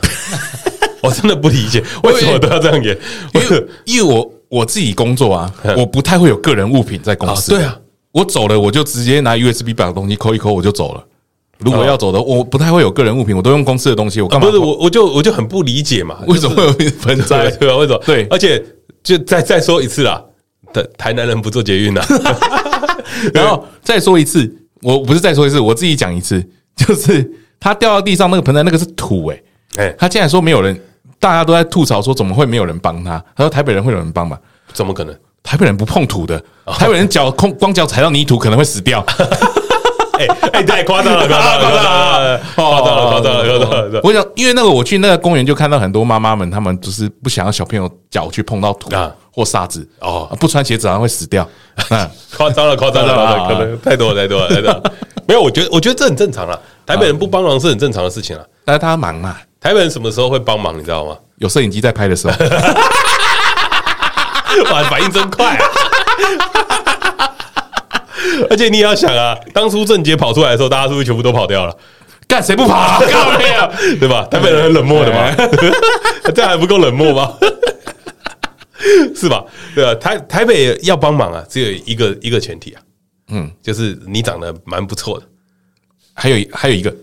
Speaker 1: 我真的不理解为什么都要这样演，
Speaker 2: 因 为因为我我自己工作啊，我不太会有个人物品在公司。
Speaker 1: 啊对啊，
Speaker 2: 我走了我就直接拿 USB 把东西抠一抠我就走了。如果要走的，我不太会有个人物品，我都用公司的东西，我干嘛
Speaker 1: 哦啊不
Speaker 2: 跑？
Speaker 1: 是我我就我就很不理解嘛，
Speaker 2: 为什么会有盆栽
Speaker 1: 对？对吧？为什么？
Speaker 2: 对
Speaker 1: 而且就再再说一次啦，台台南人不做捷运啊啦，
Speaker 2: 然后再说一次，我不是再说一次，我自己讲一次， 就是它掉到地上那个盆栽，那个是土诶、
Speaker 1: 哎，
Speaker 2: 他竟然说没有人，大家都在吐槽说怎么会没有人帮他？他说台北人会有人帮吗？
Speaker 1: 怎么可能？
Speaker 2: 台北人不碰土的，
Speaker 1: 哦
Speaker 2: 台北人脚空光脚踩到泥土可能会死掉。
Speaker 1: 哎哎，太夸张了， 夸张了，夸张了，夸张啊了，夸哦张了，夸张了。
Speaker 2: 我想，因为那个我去那个公园就看到很多妈妈们，她们就是不想要小朋友脚去碰到土
Speaker 1: 啊
Speaker 2: 或沙子
Speaker 1: 哦
Speaker 2: 啊不穿鞋子好像会死掉。嗯，
Speaker 1: 夸张了，夸张了，啊夸
Speaker 2: 夸张了
Speaker 1: 张了，可能太多了，太多了，太多 了。没有，我觉得，我觉得这很正常了。台北人不帮忙是很正常的事情了。
Speaker 2: 但是她忙嘛，
Speaker 1: 台北人什么时候会帮忙，你知道吗？
Speaker 2: 有摄影机在拍的时候，
Speaker 1: 哇，反应真快、啊！ 而且你也要想啊，当初郑杰跑出来的时候，大家是不是全部都跑掉了？
Speaker 2: 干谁不跑、啊？
Speaker 1: 靠背 哎啊，对吧？台北人很冷漠的嘛，这样还不够冷漠吗？ 是吧？对啊，台台北要帮忙啊，只有一个一个前提啊，嗯，就是你长得蛮不错的，
Speaker 2: 还有一还有一个，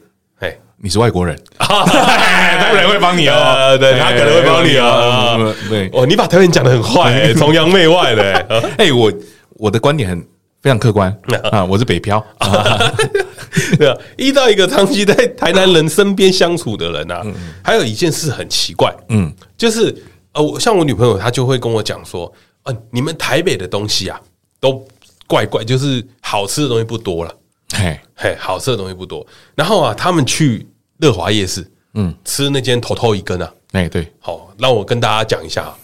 Speaker 1: 哎，
Speaker 2: 你是外国人，
Speaker 1: 他
Speaker 2: 他可能会帮你哦
Speaker 1: 呃， 对他可能会帮你
Speaker 2: 哎
Speaker 1: 哦。
Speaker 2: 对
Speaker 1: 哦，你把台湾人讲的很坏、 哎崇洋媚外的、哎啊
Speaker 2: 哎、我我的观点很非常客观啊，我是北漂啊，
Speaker 1: 对啊，遇到一个长期在台南人身边相处的人啊，还有一件事很奇怪，嗯，就是呃，我像我女朋友她就会跟我讲说，呃，你们台北的东西啊，都怪怪，就是好吃的东西不多了。
Speaker 2: 嘿，
Speaker 1: 嘿，好吃的东西不多。然后啊，他们去乐华夜市，嗯，吃那间头头一根啊。
Speaker 2: 哎、对，
Speaker 1: 好、让我跟大家讲一下啊，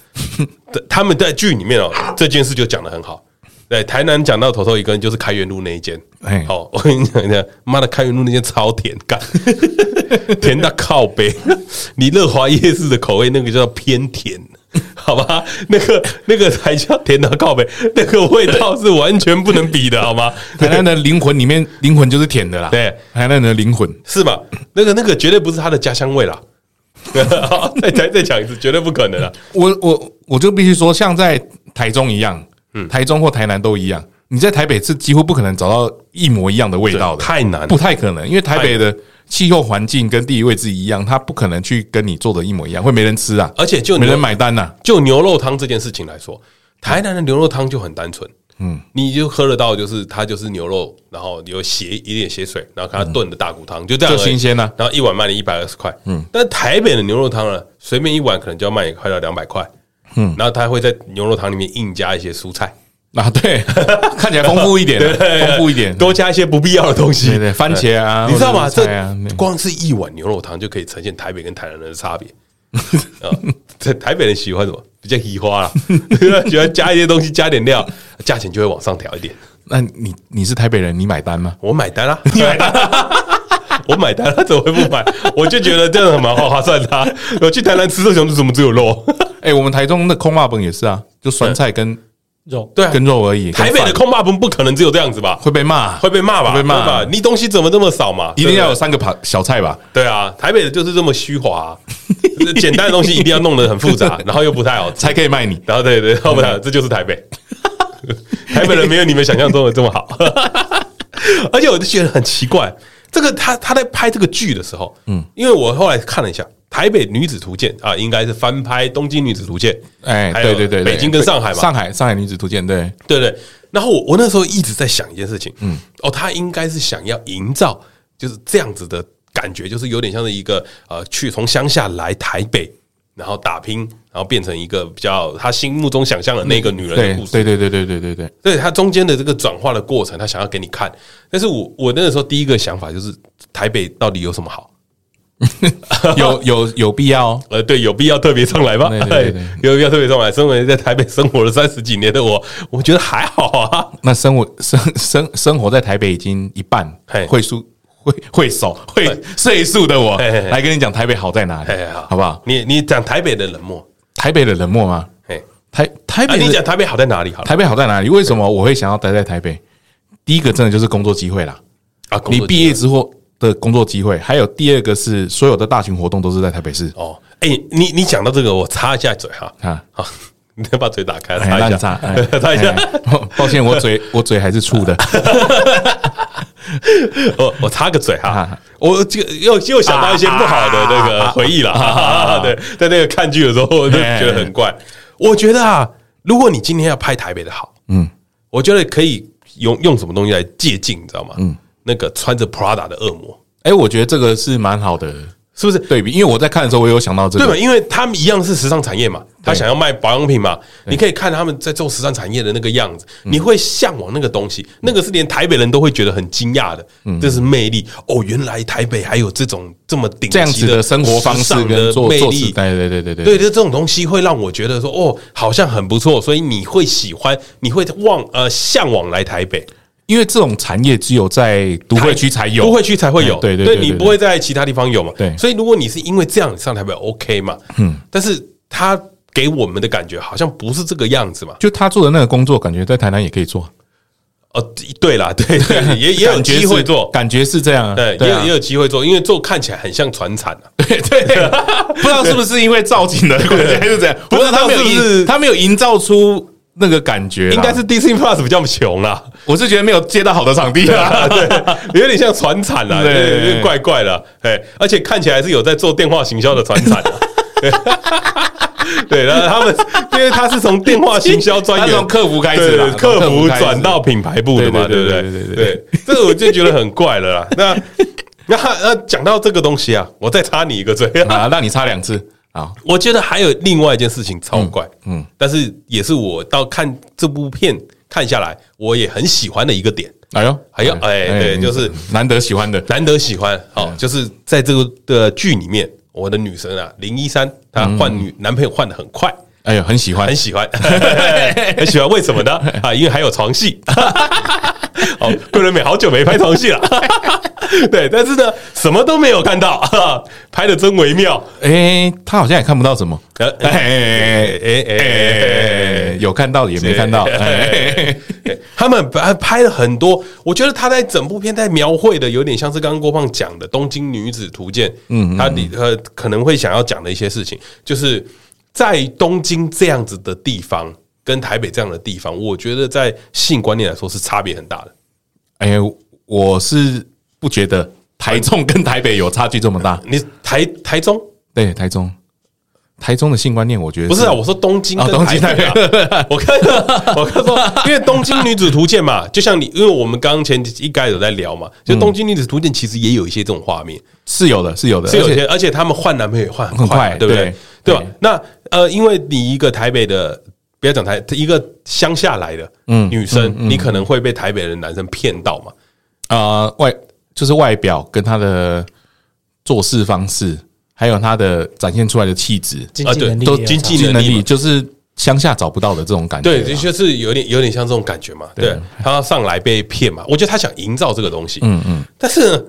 Speaker 1: 他们在剧里面哦，这件事就讲得很好。对，台南讲到头头一根就是开元路那一间
Speaker 2: 哎，
Speaker 1: 好、我跟你讲一下，妈的，开元路那间超甜， 干甜到靠背。你乐华夜市的口味那个叫偏甜，好吧？那个那个才叫甜到靠背，那个味道是完全不能比的，好吗？
Speaker 2: 台南的灵魂里面，灵魂就是甜的啦，
Speaker 1: 对
Speaker 2: 台南人的灵魂，
Speaker 1: 是吧？那个那个绝对不是他的家乡味啦。 好再再再讲一次，绝对不可能啦。
Speaker 2: 我我我就必须说，像在台中一样，
Speaker 1: 嗯
Speaker 2: 台中或台南都一样，你在台北是几乎不可能找到一模一样的味道的，
Speaker 1: 太难了
Speaker 2: 不太可能，因为台北的气候环境跟地理位置一样，它不可能去跟你做的一模一样，会没人吃啊，
Speaker 1: 而且就
Speaker 2: 没
Speaker 1: 牛
Speaker 2: 人买单啊呐、
Speaker 1: 就牛肉汤这件事情来说，台南的牛肉汤就很单纯，嗯，你就喝得到，就是它就是牛肉，然后有血一点血水，然后给它炖的大骨汤，就这样而已
Speaker 2: 就新鲜啊
Speaker 1: 然后一碗卖你一百二十块，嗯，但台北的牛肉汤呢，随便一碗可能就要卖你快到两百块，嗯，然后它会在牛肉汤里面硬加一些蔬菜，
Speaker 2: 啊，对， 看起来丰富一点，啊 丰富一点，
Speaker 1: 多加一些不必要的东西，
Speaker 2: 对对，番茄啊，
Speaker 1: 你知道吗？
Speaker 2: 或者是菜啊
Speaker 1: 这光是一碗牛肉汤就可以呈现台北跟台南人的差 别。啊，在台北人喜欢什么？比较移花啦， 喜欢加一些东西，加点料，价钱就会往上调一点。
Speaker 2: 那你你是台北人，你买单吗？
Speaker 1: 我买单啦，你买单。 我买单，啊他怎么会不买？我就觉得这样很蛮划算的、啊。我去台南吃这种怎么只有肉？
Speaker 2: 哎、我们台中的空辣本也是啊，就酸菜跟
Speaker 3: 肉
Speaker 1: 对啊，
Speaker 2: 跟肉而已。
Speaker 1: 台北的
Speaker 2: 跟饭
Speaker 1: 空霸不不可能只有这样子吧？
Speaker 2: 会被骂，
Speaker 1: 会被骂吧？
Speaker 2: 会被骂
Speaker 1: 对吧？你东西怎么这么少嘛？
Speaker 2: 一定
Speaker 1: 对
Speaker 2: 要
Speaker 1: 不对
Speaker 2: 有三个盘小菜吧？
Speaker 1: 对啊，台北的就是这么虚 华、啊简单的东西一定要弄得很复杂，然后又不太好吃。
Speaker 2: 才可以卖你。
Speaker 1: 然后对对，要不然这就是台北， 台北人没有你们想象中的这么好。 而且我就觉得很奇怪，这个他他在拍这个剧的时候，嗯，因为我后来看了一下《台北女子图鉴》啊，应该是翻拍《东京女子图鉴》，
Speaker 2: 哎、
Speaker 1: 还有
Speaker 2: 对对对，对
Speaker 1: 北京跟上海嘛，
Speaker 2: 上海上海女子图鉴，对，
Speaker 1: 对对。然后我我那时候一直在想一件事情，嗯，哦，他应该是想要营造就是这样子的感觉，就是有点像是一个呃，去从乡下来台北，然后打拼，然后变成一个比较他心目中想象的那个女人
Speaker 2: 嗯对
Speaker 1: 的故事。
Speaker 2: 对对对对对对 对，
Speaker 1: 对他中间的这个转化的过程，他想要给你看。但是我我那个时候第一个想法就是，台北到底有什么好？
Speaker 2: 有有有必要、哦。
Speaker 1: 呃，对，有必要特别上来吗？
Speaker 2: 对对对对
Speaker 1: 有必要特别上来。身为在台北生活了三十几年的我，我觉得还好啊。
Speaker 2: 那生活生生生活在台北已经一半
Speaker 1: 嘿
Speaker 2: 会数会会手会
Speaker 1: 嘿
Speaker 2: 岁数的我
Speaker 1: 嘿嘿嘿
Speaker 2: 来跟你讲台北好在哪里
Speaker 1: 哎，，
Speaker 2: 好不好？
Speaker 1: 你你讲台北的冷漠，
Speaker 2: 台北的冷漠吗？
Speaker 1: 哎，
Speaker 2: 台台
Speaker 1: 啊，
Speaker 2: 北
Speaker 1: 你
Speaker 2: 的
Speaker 1: 讲台北好在哪里？好了，
Speaker 2: 台北好在哪里？为什么我会想要待在台北？第一个真的就是工作机会啦，
Speaker 1: 啊，工
Speaker 2: 你
Speaker 1: 作
Speaker 2: 毕业之后的工作机会，还有第二个是所有的大型活动都是在台北市。
Speaker 1: 哦，哎，你你讲到这个，我擦一下嘴哈，
Speaker 2: 啊
Speaker 1: 好， 你要把嘴打开，
Speaker 2: 哎
Speaker 1: 擦一下，
Speaker 2: 让你 哎
Speaker 1: 擦一下。
Speaker 2: 哎抱歉，我嘴我嘴还是粗 的。
Speaker 1: 我我插个嘴哈
Speaker 2: 啊，
Speaker 1: 我这个又又想到一些不好的那个回忆了。哈哈 哈对，在那个看剧的时候，我就觉得很怪。
Speaker 2: 哎
Speaker 1: 我觉得啊，如果你今天要拍台北的好，嗯，我觉得可以用用什么东西来借鉴，你知道吗？嗯，那个穿着 Prada 的恶魔，
Speaker 2: 哎，我觉得这个是蛮好的
Speaker 1: 是不是？
Speaker 2: 对比，因为我在看的时候，我有想到这
Speaker 1: 对嘛？
Speaker 2: 个。
Speaker 1: 因为他们一样是时尚产业嘛，他想要卖保养品嘛，你可以看他们在做时尚产业的那个样子，
Speaker 2: 嗯
Speaker 1: 你会向往那个东西，那个是连台北人都会觉得很惊讶的，
Speaker 2: 嗯
Speaker 1: 这是魅力哦！原来台北还有这种这么顶
Speaker 2: 这样
Speaker 1: 级
Speaker 2: 子的生活方式
Speaker 1: 时尚
Speaker 2: 跟
Speaker 1: 的
Speaker 2: 做
Speaker 1: 魅
Speaker 2: 做时
Speaker 1: 力。
Speaker 2: 代，对对对对
Speaker 1: 对，就这种东西会让我觉得说，哦，好像很不错，所以你会喜欢，你会望呃向往来台北，
Speaker 2: 因为这种产业只有在都会区才有，
Speaker 1: 都会区才会有，
Speaker 2: 哎对对对
Speaker 1: 对，
Speaker 2: 对
Speaker 1: 你
Speaker 2: 对
Speaker 1: 不会在其他地方有嘛，
Speaker 2: 对
Speaker 1: 所以如果你是因为这样上台北 OK 嘛，嗯，但是他给我们的感觉好像不是这个样子嘛，
Speaker 2: 就他做的那个工作，感觉在台南也可以做。
Speaker 1: 哦，对啦，对，对也也有
Speaker 2: 感觉
Speaker 1: 机会
Speaker 2: 是
Speaker 1: 做，
Speaker 2: 感觉是这样啊，
Speaker 1: 对，也
Speaker 2: 对
Speaker 1: 有
Speaker 2: 啊
Speaker 1: 也有机会做，因为做看起来很像船产啊，
Speaker 2: 对对，不知道是不是因为造景的关系还是怎样，
Speaker 1: 不
Speaker 2: 不
Speaker 1: 知道
Speaker 2: 知道他没有
Speaker 1: 是不是
Speaker 2: 营，他没有营造出那个感觉啦，
Speaker 1: 应该是 Disney Plus 比较穷啊啦，
Speaker 2: 我是觉得没有接到好的场地 啊，
Speaker 1: 对，有点像船产啦，
Speaker 2: 对
Speaker 1: 对，有点怪怪的，哎，而且看起来是有在做电话行销的船产啊。 对，然后他们因为他是从电话行销专
Speaker 2: 他
Speaker 1: 员
Speaker 2: 从客服开
Speaker 1: 对
Speaker 2: 始啦，
Speaker 1: 客
Speaker 2: 从
Speaker 1: 服
Speaker 2: 开始
Speaker 1: 转到品牌部的嘛，对
Speaker 2: 对
Speaker 1: 不对？
Speaker 2: 对对
Speaker 1: 对
Speaker 2: 对对对
Speaker 1: 这个我就觉得很怪了啦。那那那讲到这个东西啊，我再插你一个嘴，
Speaker 2: 啊，让你插两次啊，
Speaker 1: 我觉得还有另外一件事情超怪，嗯，
Speaker 2: 嗯
Speaker 1: 但是也是我到看这部片看下来，我也很喜欢的一个点，
Speaker 2: 哎呦，
Speaker 1: 哎呦哎对就是
Speaker 2: 难得喜欢的，
Speaker 1: 难得喜欢。好，就是在这个的剧里面，我的女神啊，林一山，她换女男朋友换的很快。
Speaker 2: 哎呦，很喜欢
Speaker 1: 很，喜欢，很喜欢，为什么呢？啊，因为还有床戏。哦，桂纶镁好久没拍床戏了，对，但是呢，什么都没有看到，拍的真微妙。
Speaker 2: 哎，他好像也看不到什么，
Speaker 1: 呃
Speaker 2: 哎哎哎哎哎，有看到也没看到，哎，
Speaker 1: 对他们拍拍了很多，我觉得他在整部片在描绘的有点像是刚刚郭胖讲的《东京女子图鉴》，嗯，他里呃可能会想要讲的一些事情，就是在东京这样子的地方跟台北这样的地方，我觉得在性观念来说是差别很大的。
Speaker 2: 哎，我是不觉得台中跟台北有差距这么大，
Speaker 1: 你台台中
Speaker 2: 对，台中，台中的性观念，我觉得
Speaker 1: 不是啊，我说东京跟
Speaker 2: 啊东京
Speaker 1: 台北啊。 我看到，我看说，因为《东京女子图鉴》嘛，就像你，因为我们刚刚前一开始有在聊嘛，就《东京女子图鉴》其实也有一些这种画面，
Speaker 2: 是有的，是有的，
Speaker 1: 是有
Speaker 2: 而且
Speaker 1: 些，而且他们换男朋友也换很
Speaker 2: 很
Speaker 1: 快嘛，
Speaker 2: 快
Speaker 1: 对不对
Speaker 2: 对？
Speaker 1: 对吧
Speaker 2: 对？
Speaker 1: 那呃，因为你一个台北的，不要讲台，一个乡下来的女生，你可能会被台北的男生骗到嘛。
Speaker 2: 呃外就是外表跟他的做事方式，还有他的展现出来的气质，
Speaker 3: 经
Speaker 1: 啊
Speaker 3: 济
Speaker 1: 对
Speaker 3: 能力
Speaker 2: 都
Speaker 3: 也有
Speaker 1: 经
Speaker 3: 差
Speaker 1: 济能力
Speaker 2: 能
Speaker 1: 嘛
Speaker 2: 力就是乡下找不到的这种感觉啊。
Speaker 1: 对，的确是有点有点像这种感觉嘛。对，他上来被骗嘛，我觉得他想营造这个东西。嗯嗯，但是呢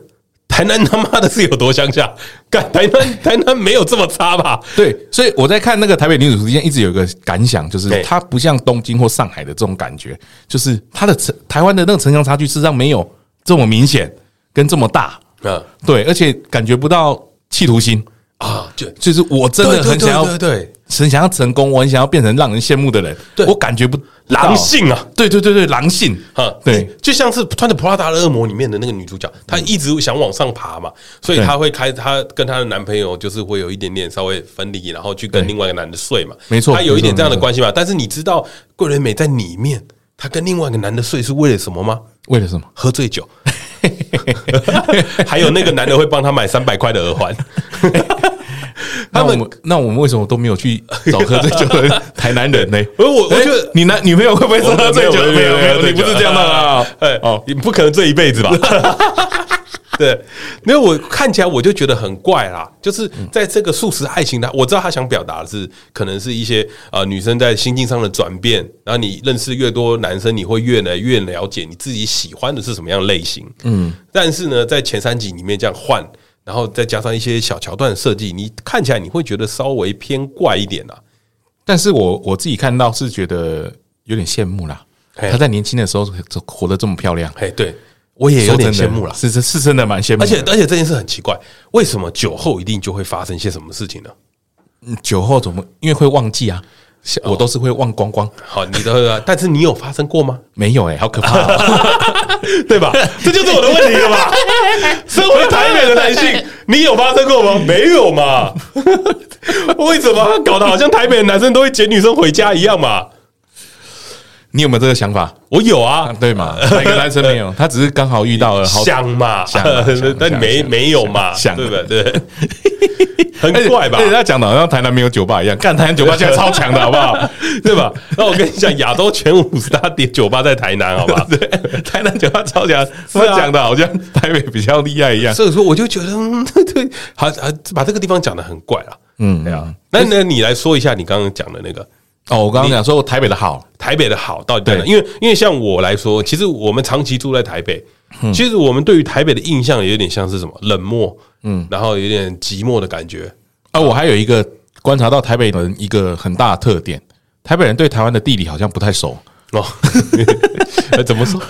Speaker 1: 台南他妈的是有多乡下？干台南台南没有这么差吧？
Speaker 2: 对，所以我在看那个台北女主之间，一直有一个感想，就是
Speaker 1: 对
Speaker 2: 它不像东京或上海的这种感觉，就是它的城台湾的那个城乡差距，事实上没有这么明显跟这么大。
Speaker 1: 啊
Speaker 2: 对，而且感觉不到企图心，
Speaker 1: 啊，就
Speaker 2: 就是我真的
Speaker 1: 对对
Speaker 2: 很想要，
Speaker 1: 对对
Speaker 2: 很想要成功，我很想要变成让人羡慕的人
Speaker 1: 对，
Speaker 2: 我感觉不到
Speaker 1: 狼。性啊。
Speaker 2: 对对对对，狼性
Speaker 1: 啊，
Speaker 2: 对，
Speaker 1: 就像是穿着普拉达的恶魔里面的那个女主角，她一直想往上爬嘛，所以
Speaker 2: 对
Speaker 1: 她会开她跟她的男朋友就是会有一点点稍微分离，然后去跟
Speaker 2: 对
Speaker 1: 另外一个男的睡嘛，
Speaker 2: 没错
Speaker 1: 她有一点
Speaker 2: 没错
Speaker 1: 这样的
Speaker 2: 没错
Speaker 1: 关系嘛。但是你知道桂纶镁在里面，她跟另外一个男的睡是为了什么吗？
Speaker 2: 为了什么？
Speaker 1: 喝醉酒， 还有那个男的会帮她买三百块的耳环，
Speaker 2: 那我们那我们为什么都没有去找喝醉酒的台南人呢？
Speaker 1: 我 我我
Speaker 2: 哎
Speaker 1: 觉得
Speaker 2: 你男女朋友会不 会说喝醉酒？没有没有，
Speaker 1: 醉
Speaker 2: 你
Speaker 1: 酒
Speaker 2: 不是这样的啊！
Speaker 1: 哎，哦
Speaker 2: 哦，
Speaker 1: 你不可能醉一辈子 吧？对，因为我看起来我就觉得很怪啦，就是在这个素食爱情的，我知道他想表达的是，可能是一些呃女生在心境上的转变，然后你认识越多男生，你会越来越了解你自己喜欢的是什么样的类型。嗯，但是呢，在前三集里面这样换，然后再加上一些小桥段的设计，你看起来你会觉得稍微偏怪一点啦。啊
Speaker 2: 但是我我自己看到是觉得有点羡慕啦。
Speaker 1: 哎
Speaker 2: 她在年轻的时候活得这么漂亮，
Speaker 1: 哎，对我也有点羡慕啦。
Speaker 2: 是是是真的蛮羡慕的。
Speaker 1: 而且而且这件事很奇怪，为什么酒后一定就会发生一些什么事情呢？
Speaker 2: 嗯酒后怎么？因为会忘记啊，我
Speaker 1: 哦
Speaker 2: 都是会忘光光。
Speaker 1: 好，你的，但是你有发生过吗？
Speaker 2: 没有哎、好可怕、哦！
Speaker 1: 对吧？这就是我的问题了吧？身为台北的男性，你有发生过吗？没有嘛？为什么搞得好像台北的男生都会捡女生回家一样嘛？
Speaker 2: 你有没有这个想法？
Speaker 1: 我有啊
Speaker 2: 啊，，对嘛？ 哪个男生没有？他只是刚好遇到了好，
Speaker 1: 想嘛
Speaker 2: 想啊想啊，
Speaker 1: 但
Speaker 2: 想啊
Speaker 1: 没
Speaker 2: 想啊
Speaker 1: 没有嘛，
Speaker 2: 想啊
Speaker 1: 对不对？很
Speaker 2: 且
Speaker 1: 怪吧
Speaker 2: 而？且哎他讲的好像台南没有酒吧一样，干台南酒吧现在超强的好 不好？
Speaker 1: 对吧？那我跟你讲，亚洲前五十大点酒吧在台南，好吧？
Speaker 2: 对，台南酒吧超强，他
Speaker 1: 啊
Speaker 2: 讲的好像台北比较厉害一样。
Speaker 1: 所以说，我就觉得，嗯， 对，还还把这个地方讲的很怪啦。
Speaker 2: 嗯，
Speaker 1: 对啊，那那你来说一下你刚刚讲的那个
Speaker 2: 哦，我刚刚讲说台北的好，
Speaker 1: 台北的好到底在哪？
Speaker 2: 对
Speaker 1: 因为因为像我来说，其实我们长期住在台北，其实我们对于台北的印象有点像是什么冷漠，嗯，然后有点寂寞的感觉。
Speaker 2: 啊，我还有一 个观察到台北人一个很大的特点，台北人对台湾的地理好像不太熟。
Speaker 1: 哦，怎么说？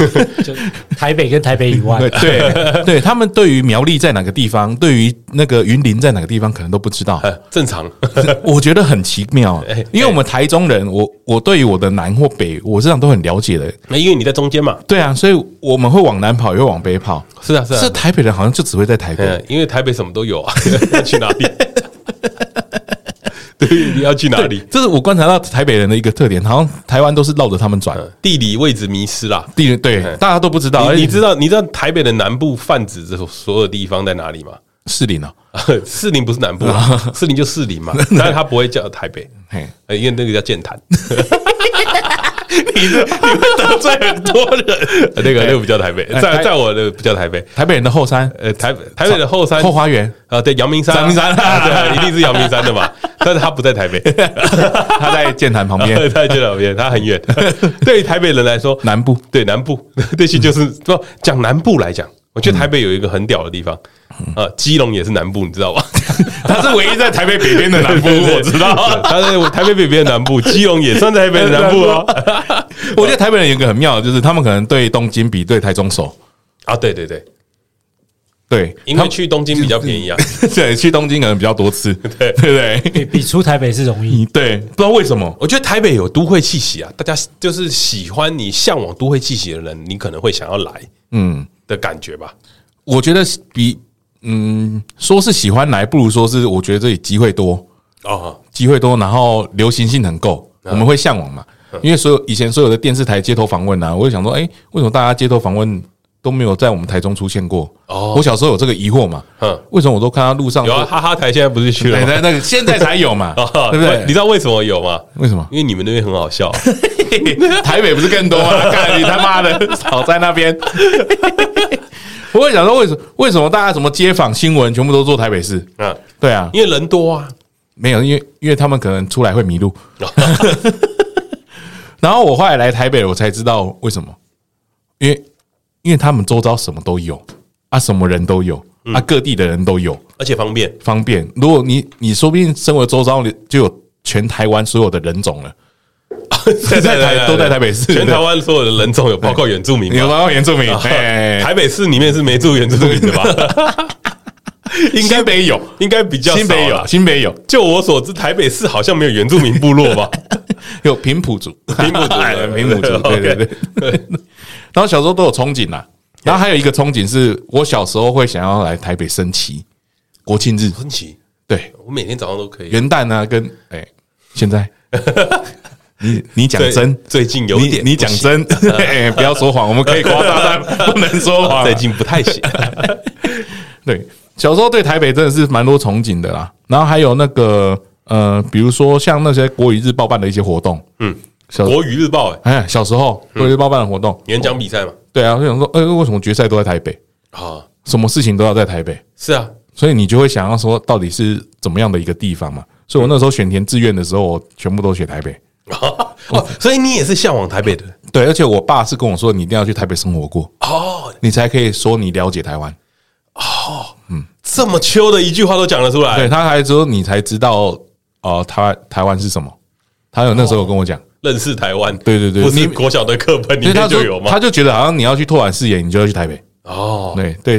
Speaker 3: 就台北跟台北以外，
Speaker 2: 对对，他们对于苗栗在哪个地方，对于那个云林在哪个地方，可能都不 知道。
Speaker 1: 呃正常，
Speaker 2: 我觉得很奇妙 啊
Speaker 1: 哎，
Speaker 2: 因为我们台中人，我我对于我的南或北，我这样都很了解的。
Speaker 1: 那因为你在中间嘛，
Speaker 2: 对啊，所以我们会往南跑，也会往北跑。
Speaker 1: 是啊，是
Speaker 2: 这
Speaker 1: 啊，
Speaker 2: 台北人好像就只会在台北，
Speaker 1: 嗯，因为台北什么都有啊， 要去哪里？对，你要去哪里？
Speaker 2: 这是我观察到台北人的一个特点，好像台湾都是绕着他们转。
Speaker 1: 嗯地理位置迷失啦。
Speaker 2: 地对，大家都不知道，哎而
Speaker 1: 你
Speaker 2: 且
Speaker 1: 你知道你知道台北的南部泛指这所有地方在哪里吗？
Speaker 2: 士林哦，
Speaker 1: 士林不是南部啊，士林就士林嘛，但是他不会叫台北，
Speaker 2: 嘿，
Speaker 1: 呃因为那个叫健 谈。你这你会得罪很多 人，那个那个不叫台北，
Speaker 2: 哎
Speaker 1: 在
Speaker 2: 台
Speaker 1: 在我的不叫台北，
Speaker 2: 台北人的后山、
Speaker 1: 呃，台北台北的后山
Speaker 2: 后花园，
Speaker 1: 啊，对，阳明山啊，
Speaker 2: 阳明山啊
Speaker 1: 啊 对，一定是阳明山的嘛。但是他不在 台北，
Speaker 2: 他在建潭旁 边，
Speaker 1: 他就在旁边，他很远。 对于台北人来说，
Speaker 2: 南部
Speaker 1: 对南部， 这些就是不讲南部来讲，我觉得台北有一个很屌的地方，呃，基隆也是南部，你知道 吧？
Speaker 2: 他是唯一在台北北边的南 部，
Speaker 1: 对对对
Speaker 2: 我知道。
Speaker 1: 他在我台北北边的南部，基隆也算在台北的南部 哦。
Speaker 2: 我觉得台北人有一个很妙的，就是他们可能对东京比对台中熟，
Speaker 1: 啊，对对对，
Speaker 2: 对，
Speaker 1: 因为去东京比较便宜啊。
Speaker 2: 他们对去东京可能比较多 次，对对不对？
Speaker 3: 比比出台北是容易。
Speaker 2: 你对，不知道为什么，
Speaker 1: 我觉得台北有都会气息啊，大家就是喜欢你向往都会气息的人，你可能会想要来，嗯的感觉吧。
Speaker 2: 我觉得比嗯说是喜欢来，不如说是我觉得这里机会多，
Speaker 1: 哦，
Speaker 2: 机会多，然后流行性很够，我们会向往嘛。因为所有以前所有的电视台街头访问啊，我就想说，哎、为什么大家街头访问都没有在我们台中出现过？
Speaker 1: 哦
Speaker 2: 我小时候有这个疑惑嘛，
Speaker 1: 嗯
Speaker 2: 为什么我都看到路上
Speaker 1: 有啊，哈哈台现在不是去了
Speaker 2: 对，
Speaker 1: 吗？
Speaker 2: 那那个现在才有 嘛，
Speaker 1: 哦
Speaker 2: 对不
Speaker 1: 你知
Speaker 2: 对？
Speaker 1: 道为什么有吗？
Speaker 2: 为什么？
Speaker 1: 因为你们那边很好笑，
Speaker 2: 台北不是更多 吗？干你他妈的，少在那边。 我会想说，为什么为什么大家什么街访新闻全部都做台北市？
Speaker 1: 嗯，
Speaker 2: 对啊，
Speaker 1: 因为人多啊。
Speaker 2: 没有，因为因为他们可能出来会迷路。然后我后来来台北，我才知道为什么，因为因为他们周遭什么都有啊，什么人都有
Speaker 1: 嗯
Speaker 2: 啊，各地的人都有，
Speaker 1: 而且方便，
Speaker 2: 方便。如果你你说不定生活周遭就有全台湾所有的人种了， 在在台都在台北市，
Speaker 1: 全台湾所有的人种有包括原住民
Speaker 2: 有
Speaker 1: 吗？
Speaker 2: 包括原住民，哎
Speaker 1: 啊台北市里面是没住原住民 的吧？应该
Speaker 2: 新北有，
Speaker 1: 应该比较少啦
Speaker 2: 新北有，。啊新北有，
Speaker 1: 就我所知，台北市好像没有原住民部 落吧？
Speaker 2: 有平埔族，
Speaker 1: 平埔族
Speaker 2: 哎平埔 族，对对对
Speaker 1: OK。
Speaker 2: 然后小时候都有憧憬啦，然后还有一个憧憬是我小时候会想要来台北升旗，国庆日，
Speaker 1: 很奇，
Speaker 2: 对，
Speaker 1: 我每天早上都可以。
Speaker 2: 元旦啊，跟哎，现在你你讲
Speaker 1: 对
Speaker 2: 真。
Speaker 1: 最近有
Speaker 2: 你
Speaker 1: 点
Speaker 2: 你讲
Speaker 1: 不行
Speaker 2: 真， 哎，不要说谎，我们可以夸大，但不能说谎。啊
Speaker 1: 最近不太 行。
Speaker 2: 对，小时候对台北真的是蛮多憧憬的啦。然后还有那个呃，比如说像那些国语日报办的一些活动，
Speaker 1: 嗯，
Speaker 2: 小
Speaker 1: 国语日报哎，
Speaker 2: 哎小时候国语日报办的活动，
Speaker 1: 演讲比赛嘛，
Speaker 2: 对啊，就想说，哎、为什么决赛都在台北？
Speaker 1: 啊，
Speaker 2: 什么事情都要在台北，
Speaker 1: 是啊，
Speaker 2: 所以你就会想要说，到底是怎么样的一个地方嘛？所以我那时候选填志愿的时候，我全部都写台北。
Speaker 1: 哦，所以你也是向往台北的人
Speaker 2: 对，而且我爸是跟我说，你一定要去台北生活过，
Speaker 1: 哦，
Speaker 2: 你才可以说你了解台湾。
Speaker 1: 这么秋的一句话都讲得出来
Speaker 2: 对，，他还说你才知道，呃，台湾台湾是什么？他有那时候有跟我讲，
Speaker 1: 认识台湾，
Speaker 2: 对对对
Speaker 1: 不是
Speaker 2: 你
Speaker 1: 国小的课本里
Speaker 2: 所以他
Speaker 1: 面哦就
Speaker 2: 说
Speaker 1: 有
Speaker 2: 他
Speaker 1: 吗？
Speaker 2: 就觉得好像你要去拓展视野，你就要去台北。
Speaker 1: 哦，
Speaker 2: 对对，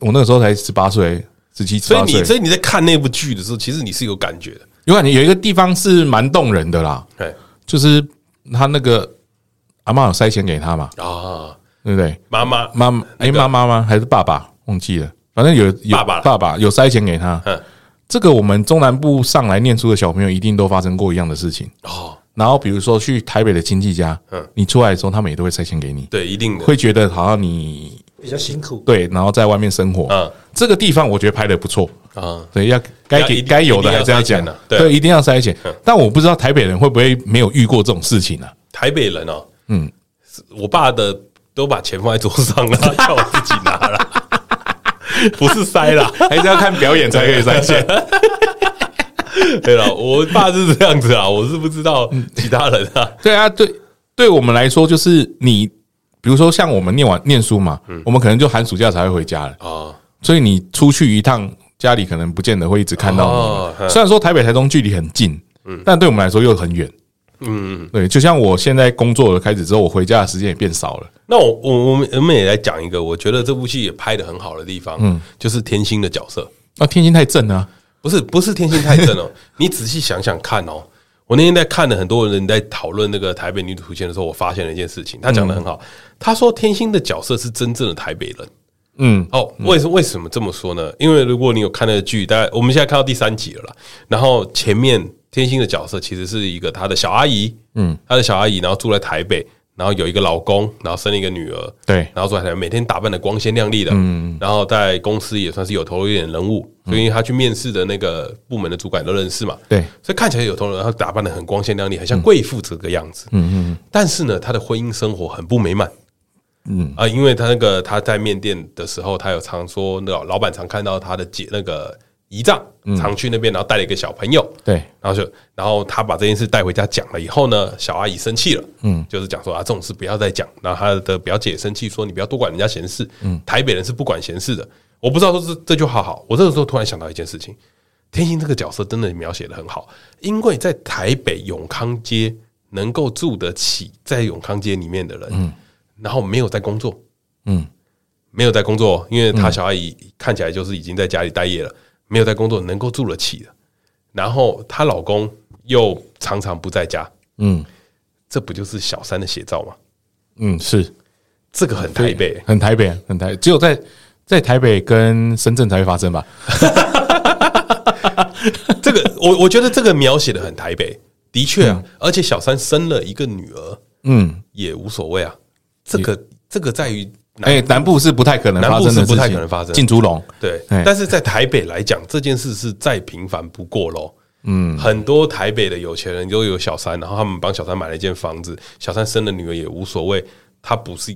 Speaker 2: 我那个时候才十八岁，十七、十
Speaker 1: 所以
Speaker 2: 八岁
Speaker 1: 你，所以你在看那部剧的时候，其实你是有感觉的，
Speaker 2: 有感觉有一个地方是蛮动人的啦，
Speaker 1: 哎
Speaker 2: 就是他那个阿妈有塞钱给他嘛，
Speaker 1: 啊，
Speaker 2: 对不对？
Speaker 1: 妈妈，
Speaker 2: 妈妈，哎，妈妈吗？还是爸爸？忘记了，反正有有
Speaker 1: 爸爸啦
Speaker 2: 爸爸有塞钱给他。
Speaker 1: 嗯，
Speaker 2: 这个我们中南部上来念书的小朋友一定都发生过一样的事情。
Speaker 1: 哦，
Speaker 2: 然后比如说去台北的亲戚家，
Speaker 1: 嗯
Speaker 2: 你出来的时候，他们也都会塞钱给你，
Speaker 1: 对，一定的，
Speaker 2: 会觉得好像你
Speaker 3: 比较辛苦，
Speaker 2: 对，然后在外面生活
Speaker 1: 嗯。
Speaker 2: 这个地方我觉得拍的不错，
Speaker 1: 啊，
Speaker 2: 对，要该
Speaker 1: 要一
Speaker 2: 给
Speaker 1: 定
Speaker 2: 该有的还是
Speaker 1: 一定要
Speaker 2: 要
Speaker 1: 塞
Speaker 2: 讲
Speaker 1: 钱啊对
Speaker 2: 对，一定要塞钱
Speaker 1: 嗯。
Speaker 2: 但我不知道台北人会不会没有遇过这种事情啊？
Speaker 1: 台北人哦，
Speaker 2: 嗯
Speaker 1: 嗯，我爸的都把钱放在桌上了，叫我自己拿 了，不是塞啦。
Speaker 2: 还是要看表演才可以塞钱。
Speaker 1: 对了，我爸是这样子啊，我是不知道其他人啊。
Speaker 2: 对啊，对，对我们来说就是你，比如说像我们念完念书嘛，
Speaker 1: 嗯
Speaker 2: 我们可能就寒暑假才会回家了，
Speaker 1: 啊，
Speaker 2: 所以你出去一趟，家里可能不见得会一直看到你
Speaker 1: 哦
Speaker 2: 嘛。
Speaker 1: 嗯
Speaker 2: 虽然说台北、台中距离很近，但对我们来说又很远，嗯，对，就像我现在工作了开始之后，我回家的时间也变少了。
Speaker 1: 那我我我们我们也来讲一个，我觉得这部戏也拍的很好的地方，嗯，就是天心的角色，
Speaker 2: 那天心太正啊，
Speaker 1: 不是不是天心太正哦， 你仔细想想看哦。我那天在看了很多人在讨论那个台北女主线的时候，我发现了一件事情，他讲的很好，他说天心的角色是真正的台北人。
Speaker 2: 嗯，
Speaker 1: 哦，为什为什么这么说呢？因为如果你有看那个剧，大概我们现在看到第三集了啦。然后前面天心的角色其实是一个她的小阿姨，嗯，她的小阿姨，然后住在台北，然后有一个老公，然后生了一个女儿，
Speaker 2: 对
Speaker 1: 然后住在台北，每天打扮的光鲜亮丽的，嗯，然后在公司也算是有头有脸人物，所以她去面试的那个部门的主管都认识嘛，
Speaker 2: 对
Speaker 1: 所以看起来有头有脸，然后打扮的很光鲜亮丽，很像贵妇这个样子，嗯嗯，但是呢，她的婚姻生活很不美满，啊，因为他那个他在面店的时候，他有常说那个老板常看到他的姐那个姨丈常去那边，然后带了一个小朋友，
Speaker 2: 对，
Speaker 1: 然后就然后他把这件事带回家讲了以后呢，小阿姨生气了，嗯，就是讲说啊这种事不要再讲，然后他的表姐也生气说你不要多管人家闲事，嗯，台北人是不管闲事的，我不知道说这这就好好，我这个时候突然想到一件事情，天心这个角色真的描写的很好，因为在台北永康街能够住得起，在永康街里面的人，然后没有在工作，
Speaker 2: 嗯，
Speaker 1: 没有在工作，因为他小阿姨看起来就是已经在家里待业了，没有在工作，能够住得起的。然后她老公又常常不在家，
Speaker 2: 嗯
Speaker 1: 这不就是小三的写照吗？
Speaker 2: 嗯，是
Speaker 1: 这个很台北，
Speaker 2: 很台北，啊很台，只有在在台北跟深圳才会发生吧？
Speaker 1: 这个我我觉得这个描写的很台北，的确啊，而且小三生了一个女儿
Speaker 2: 嗯，
Speaker 1: 也无所谓啊，这个这个在于南
Speaker 2: 哎，南部是不太可能发生
Speaker 1: 南部
Speaker 2: 的事
Speaker 1: 是
Speaker 2: 情，
Speaker 1: 不太可能发生
Speaker 2: 进竹龙，
Speaker 1: 对
Speaker 2: 哎，
Speaker 1: 但是在台北来讲，这件事是再平凡不过喽。嗯，很多台北的有钱人都有小三，然后他们帮小三买了一间房子，小三生了女儿也无所谓，他不是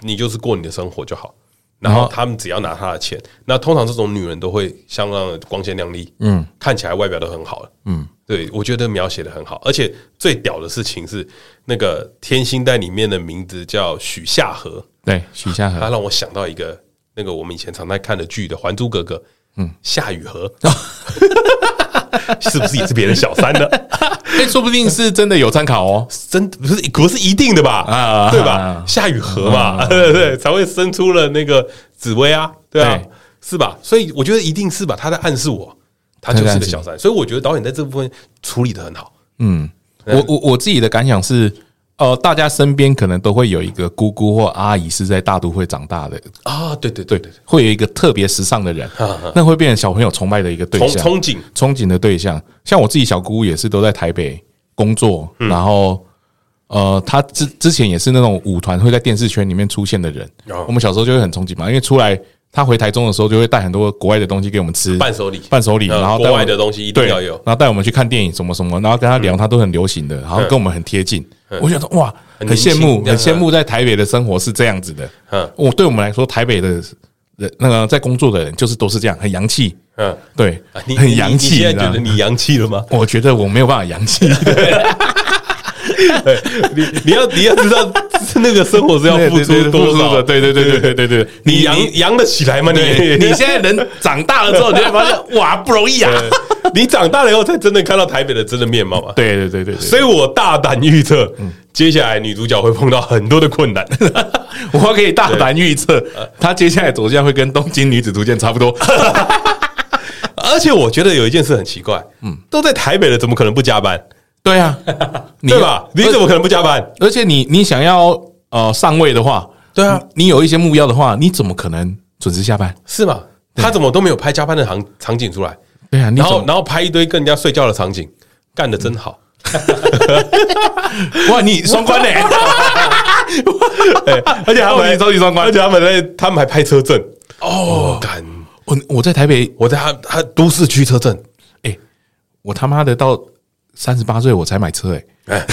Speaker 1: 你就是过你的生活就好。然后他们只要拿他的钱，那通常这种女人都会相当的光鲜亮丽，嗯，看起来外表都很好，嗯，对我觉得描写的很好，而且最屌的事情是那个天星在里面的名字叫许夏荷，
Speaker 2: 对，许下
Speaker 1: 它
Speaker 2: 河，
Speaker 1: 让我想到一个那个我们以前常在看的剧的《还珠格格》，嗯，夏雨荷，是不是也是别人小三的？
Speaker 2: 哎，说不定是真的有参考哦。
Speaker 1: 真不是不是一定的吧？
Speaker 2: 啊
Speaker 1: 啊，对
Speaker 2: 啊
Speaker 1: 吧？夏雨荷嘛，对对，才会生出了那个紫薇啊，对啊
Speaker 2: 对，
Speaker 1: 是吧？所以我觉得一定是吧，他在暗示我，他就是个小三，所以我觉得导演在这部分处理的很好。
Speaker 2: 嗯我我我自己的感想是，呃，大家身边可能都会有一个姑姑或阿姨是在大都会长大的，
Speaker 1: 啊，对对对对，
Speaker 2: 会有一个特别时尚的人，那会变成小朋友崇拜的一个对
Speaker 1: 憧
Speaker 2: 象，
Speaker 1: 憧憬，
Speaker 2: 憧憬的对象。像我自己小姑姑也是都在台北工作，
Speaker 1: 嗯
Speaker 2: 然后呃，她之之前也是那种舞团会在电视圈里面出现的人
Speaker 1: 哦。
Speaker 2: 我们小时候就会很憧憬嘛，因为出来她回台中的时候就会带很多国外的东西给我们吃，
Speaker 1: 伴手礼
Speaker 2: 伴手礼，
Speaker 1: 呃
Speaker 2: 然后带
Speaker 1: 国
Speaker 2: 我
Speaker 1: 外
Speaker 2: 们
Speaker 1: 的东西一定
Speaker 2: 对，
Speaker 1: 要有，嗯
Speaker 2: 然后带我们去看电影什么什么，然后跟她聊，她都很流行的，然后跟我们很贴近。我想说哇，很
Speaker 1: 很
Speaker 2: 羡慕，很
Speaker 1: 年轻这
Speaker 2: 羡
Speaker 1: 样
Speaker 2: 慕在台北的生活是这样子的。
Speaker 1: 嗯
Speaker 2: 我对我们来说，台北的人那个在工作的人就是都是这样，很洋气。
Speaker 1: 嗯，
Speaker 2: 对
Speaker 1: 啊你，
Speaker 2: 很洋
Speaker 1: 你你
Speaker 2: 气，
Speaker 1: 现
Speaker 2: 知
Speaker 1: 在
Speaker 2: 道
Speaker 1: 觉得
Speaker 2: 吗
Speaker 1: 你洋气了吗？
Speaker 2: 我觉得我没有办法洋 气，
Speaker 1: 你你要你要知道那个生活是要付出多少啊
Speaker 2: 的，对对对对对对对，
Speaker 1: 你扬扬得起来吗？你
Speaker 2: 对 你现在人长大了之后，你就会发现哇不容易啊。
Speaker 1: 你长大了以后才真的看到台北的真的面貌啊！
Speaker 2: 对对对对，所
Speaker 1: 所以我大胆预测，接下来女主角会碰到很多的困难。
Speaker 2: 以呃我可以大胆预测，他接下来走向会跟东京女子图鉴差不多。
Speaker 1: 而且我觉得有一件事很奇怪，嗯，都在台北了，怎么可能不加班？
Speaker 2: 对啊，你
Speaker 1: 对吧？你怎么可能不加班？
Speaker 2: 而且你你想要呃上位的话，
Speaker 1: 对啊
Speaker 2: 你，你有一些目标的话，你怎么可能准时下班？
Speaker 1: 是吗？他怎么都没有拍加班的场场景出来？
Speaker 2: 对啊，你
Speaker 1: 然
Speaker 2: 怎么
Speaker 1: 后然后拍一堆跟人家睡觉的场景，干的真好。
Speaker 2: 哇，你双关嘞、
Speaker 1: 对，而且他们
Speaker 2: 超级超级双关
Speaker 1: 而且他们在他们还拍车震哦，干！
Speaker 2: 我我在台北，
Speaker 1: 我在他他都市区车震，
Speaker 2: 哎、我他妈的到三十八岁我才买车、哎，
Speaker 1: 哎，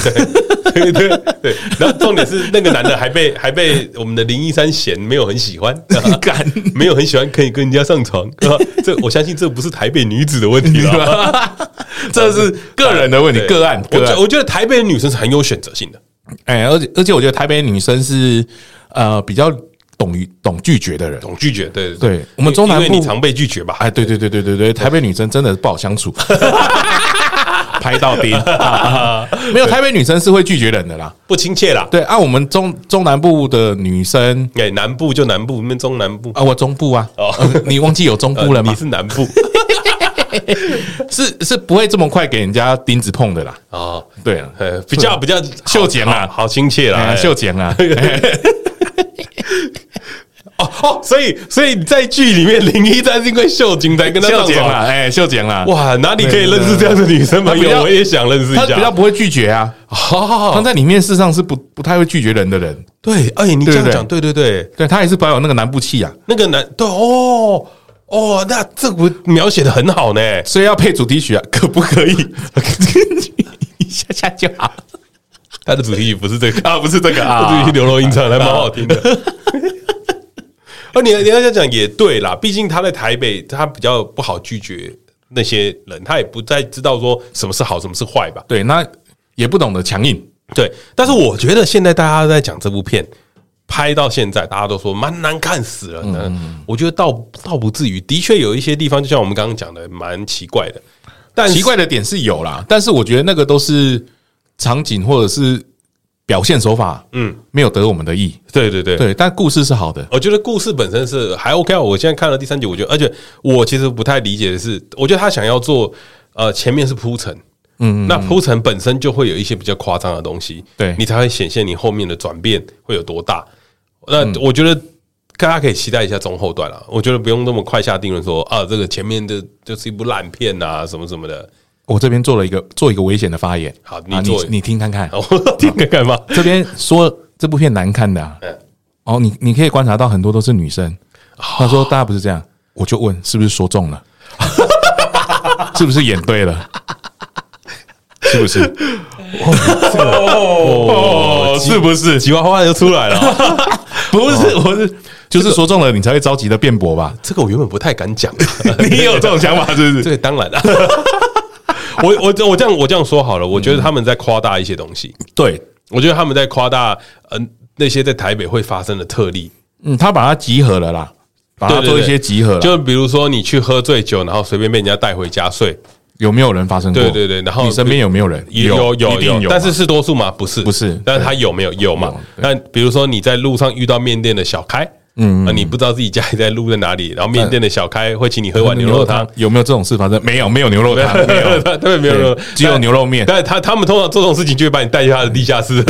Speaker 1: 对对对对，然后重点是那个男的还被还被我们的林一山嫌没有很喜欢，
Speaker 2: 干
Speaker 1: 没有很喜欢可以跟人家上床， 啊这我相信这不是台北女子的问题了，
Speaker 2: 这是 个人的问题，
Speaker 1: 对
Speaker 2: 个案
Speaker 1: 我
Speaker 2: 个
Speaker 1: 觉
Speaker 2: 案。
Speaker 1: 我觉得台北的女生是很有选择性的，
Speaker 2: 哎、而且而且我觉得台北女生是呃比较懂于懂拒绝的人。
Speaker 1: 懂拒绝，对
Speaker 2: 对我们中南部哎
Speaker 1: 因为你常被拒绝吧？
Speaker 2: 哎，对对对对对对，台北女生真的不好相处。拍到钉。啊 没有台北女生是会拒绝人的啦。
Speaker 1: 不亲切啦。
Speaker 2: 对，按、啊我们中中南部的女生
Speaker 1: 哎，南部就南部，你们中南部
Speaker 2: 啊，我中部啊，
Speaker 1: 哦
Speaker 2: 呃 你忘记有中部了
Speaker 1: 呃
Speaker 2: 吗
Speaker 1: 你？是南部
Speaker 2: 是是不会这么快给人家钉子碰的啦。
Speaker 1: 啊，
Speaker 2: 对 啊，
Speaker 1: 呃，比较比较
Speaker 2: 秀姐
Speaker 1: 好
Speaker 2: 嘛
Speaker 1: 好好亲切啦，
Speaker 2: 哎呀
Speaker 1: 哎
Speaker 2: 秀姐啊，
Speaker 1: 哦哦，所以所以在剧里面，林一站是因为秀景才跟他
Speaker 2: 秀
Speaker 1: 上
Speaker 2: 姐
Speaker 1: 床。
Speaker 2: 啊，哎，秀姐啊，
Speaker 1: 哇，哪里可以认识这样的女生朋
Speaker 2: 对对对
Speaker 1: 友？我也想认识一
Speaker 2: 她
Speaker 1: 下。哦
Speaker 2: 比较不会拒绝啊，
Speaker 1: 好
Speaker 2: 她在里面事实上是不不太会拒绝人的人，
Speaker 1: 对，哎，你这样
Speaker 2: 对对
Speaker 1: 讲，对对对，
Speaker 2: 对她也是保有那个南部气啊，
Speaker 1: 那个男，对哦哦，那这不描写的很好呢。
Speaker 2: 所以要配主题曲啊， 可 不可以？一下下就好。
Speaker 1: 他的主题曲不是这个，
Speaker 2: 啊，不是这个
Speaker 1: 他的主题
Speaker 2: 啊
Speaker 1: 曲，刘若英唱的还蛮好听的。 哦，你你要这样讲也对啦，毕竟他在台北，他比较不好拒绝那些人，他也不再知道说什么是好，什么是坏吧。
Speaker 2: 对，那也不懂得强硬，
Speaker 1: 对，但是我觉得现在大家都在讲这部片，拍到现在大家都说蛮难看死了呢。
Speaker 2: 嗯
Speaker 1: 我觉得倒倒不至于，的确有一些地方，就像我们刚刚讲的，蛮奇怪的。但是
Speaker 2: 奇怪的点是有啦，但是我觉得那个都是场景或者是表现手法，嗯，没有得我们的意。
Speaker 1: 对对对，
Speaker 2: 对，但故事是好的，
Speaker 1: 我觉得故事本身是还 OK 啊。我现在看了第三集，我觉得，而且我其实不太理解的是，我觉得他想要做，呃，前面是铺陈，嗯，那铺陈本身就会有一些比较夸张的东西，
Speaker 2: 对
Speaker 1: 你才会显现你后面的转变会有多大。那我觉得大家可以期待一下中后段了。我觉得不用那么快下定论说啊，这个前面的就是一部烂片啊，什么什么的。
Speaker 2: 我这边做了一个做一个危险的发言，
Speaker 1: 好你
Speaker 2: 啊你
Speaker 1: 做
Speaker 2: 你听看看，
Speaker 1: 我 听个干嘛？
Speaker 2: 这边说这部片难看的、啊
Speaker 1: 嗯，
Speaker 2: 哦，你你可以观察到很多都是女生，他说大家不是这
Speaker 1: 哦
Speaker 2: 样，我就问是不是说中了， 是不是演对了，是不是？
Speaker 1: 哦，是不是？哦几万花就出来了。
Speaker 2: 不是，我是就是说中了，你才会着急的辩驳 吧？
Speaker 1: 这个我原本不太敢讲，啊
Speaker 2: 你也有这种想法是不
Speaker 1: 这个
Speaker 2: 是？
Speaker 1: 当然了、啊我我我这样我这样说好了，我觉得他们在夸大一些东西，
Speaker 2: 对，
Speaker 1: 我觉得他们在夸大嗯、呃、那些在台北会发生的特例，
Speaker 2: 嗯，他把它集合了啦，把它
Speaker 1: 对对
Speaker 2: 做一
Speaker 1: 对
Speaker 2: 些集合了。
Speaker 1: 就比如说你去喝醉酒，然后随便被人家带回家睡，
Speaker 2: 有没有人发生过？
Speaker 1: 对对对然后
Speaker 2: 你身边有没有人？
Speaker 1: 有
Speaker 2: 一定有嘛，
Speaker 1: 但是是多数吗？不是，
Speaker 2: 不是
Speaker 1: 但是他有没有有嘛？
Speaker 2: 有
Speaker 1: 那比如说你在路上遇到面店的小开。嗯，啊，你不知道自己家里在路在哪里，然后面店的小开会请你喝碗牛肉 汤，
Speaker 2: 有没有这种事发生？没有，没有牛肉汤， 没有，
Speaker 1: 他们没有牛肉
Speaker 2: 对，只有牛肉面。
Speaker 1: 但他他们通常做这种事情，就会把你带去他的地下 室，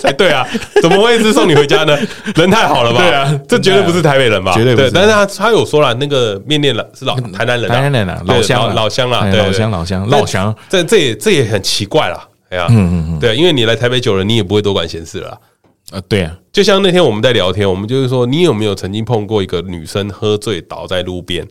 Speaker 1: 才对啊！怎么会是送你回家呢？人太好了吧？
Speaker 2: 对啊
Speaker 1: 这绝对不是台北人吧？
Speaker 2: 绝对不是
Speaker 1: 但是他他有说了，那个面店了是老台南人啊，
Speaker 2: 台南人啊
Speaker 1: 对
Speaker 2: 老乡啊
Speaker 1: 老老乡啦，
Speaker 2: 哎
Speaker 1: 对对
Speaker 2: 老乡老乡老乡，
Speaker 1: 这这也这也很奇怪啦。哎呀，嗯嗯对，因为你来台北久了，你也不会多管闲事了啦。
Speaker 2: 呃，对啊，
Speaker 1: 就像那天我们在聊天，我们就是说，你有没有曾经碰过一个女生喝醉倒在路边？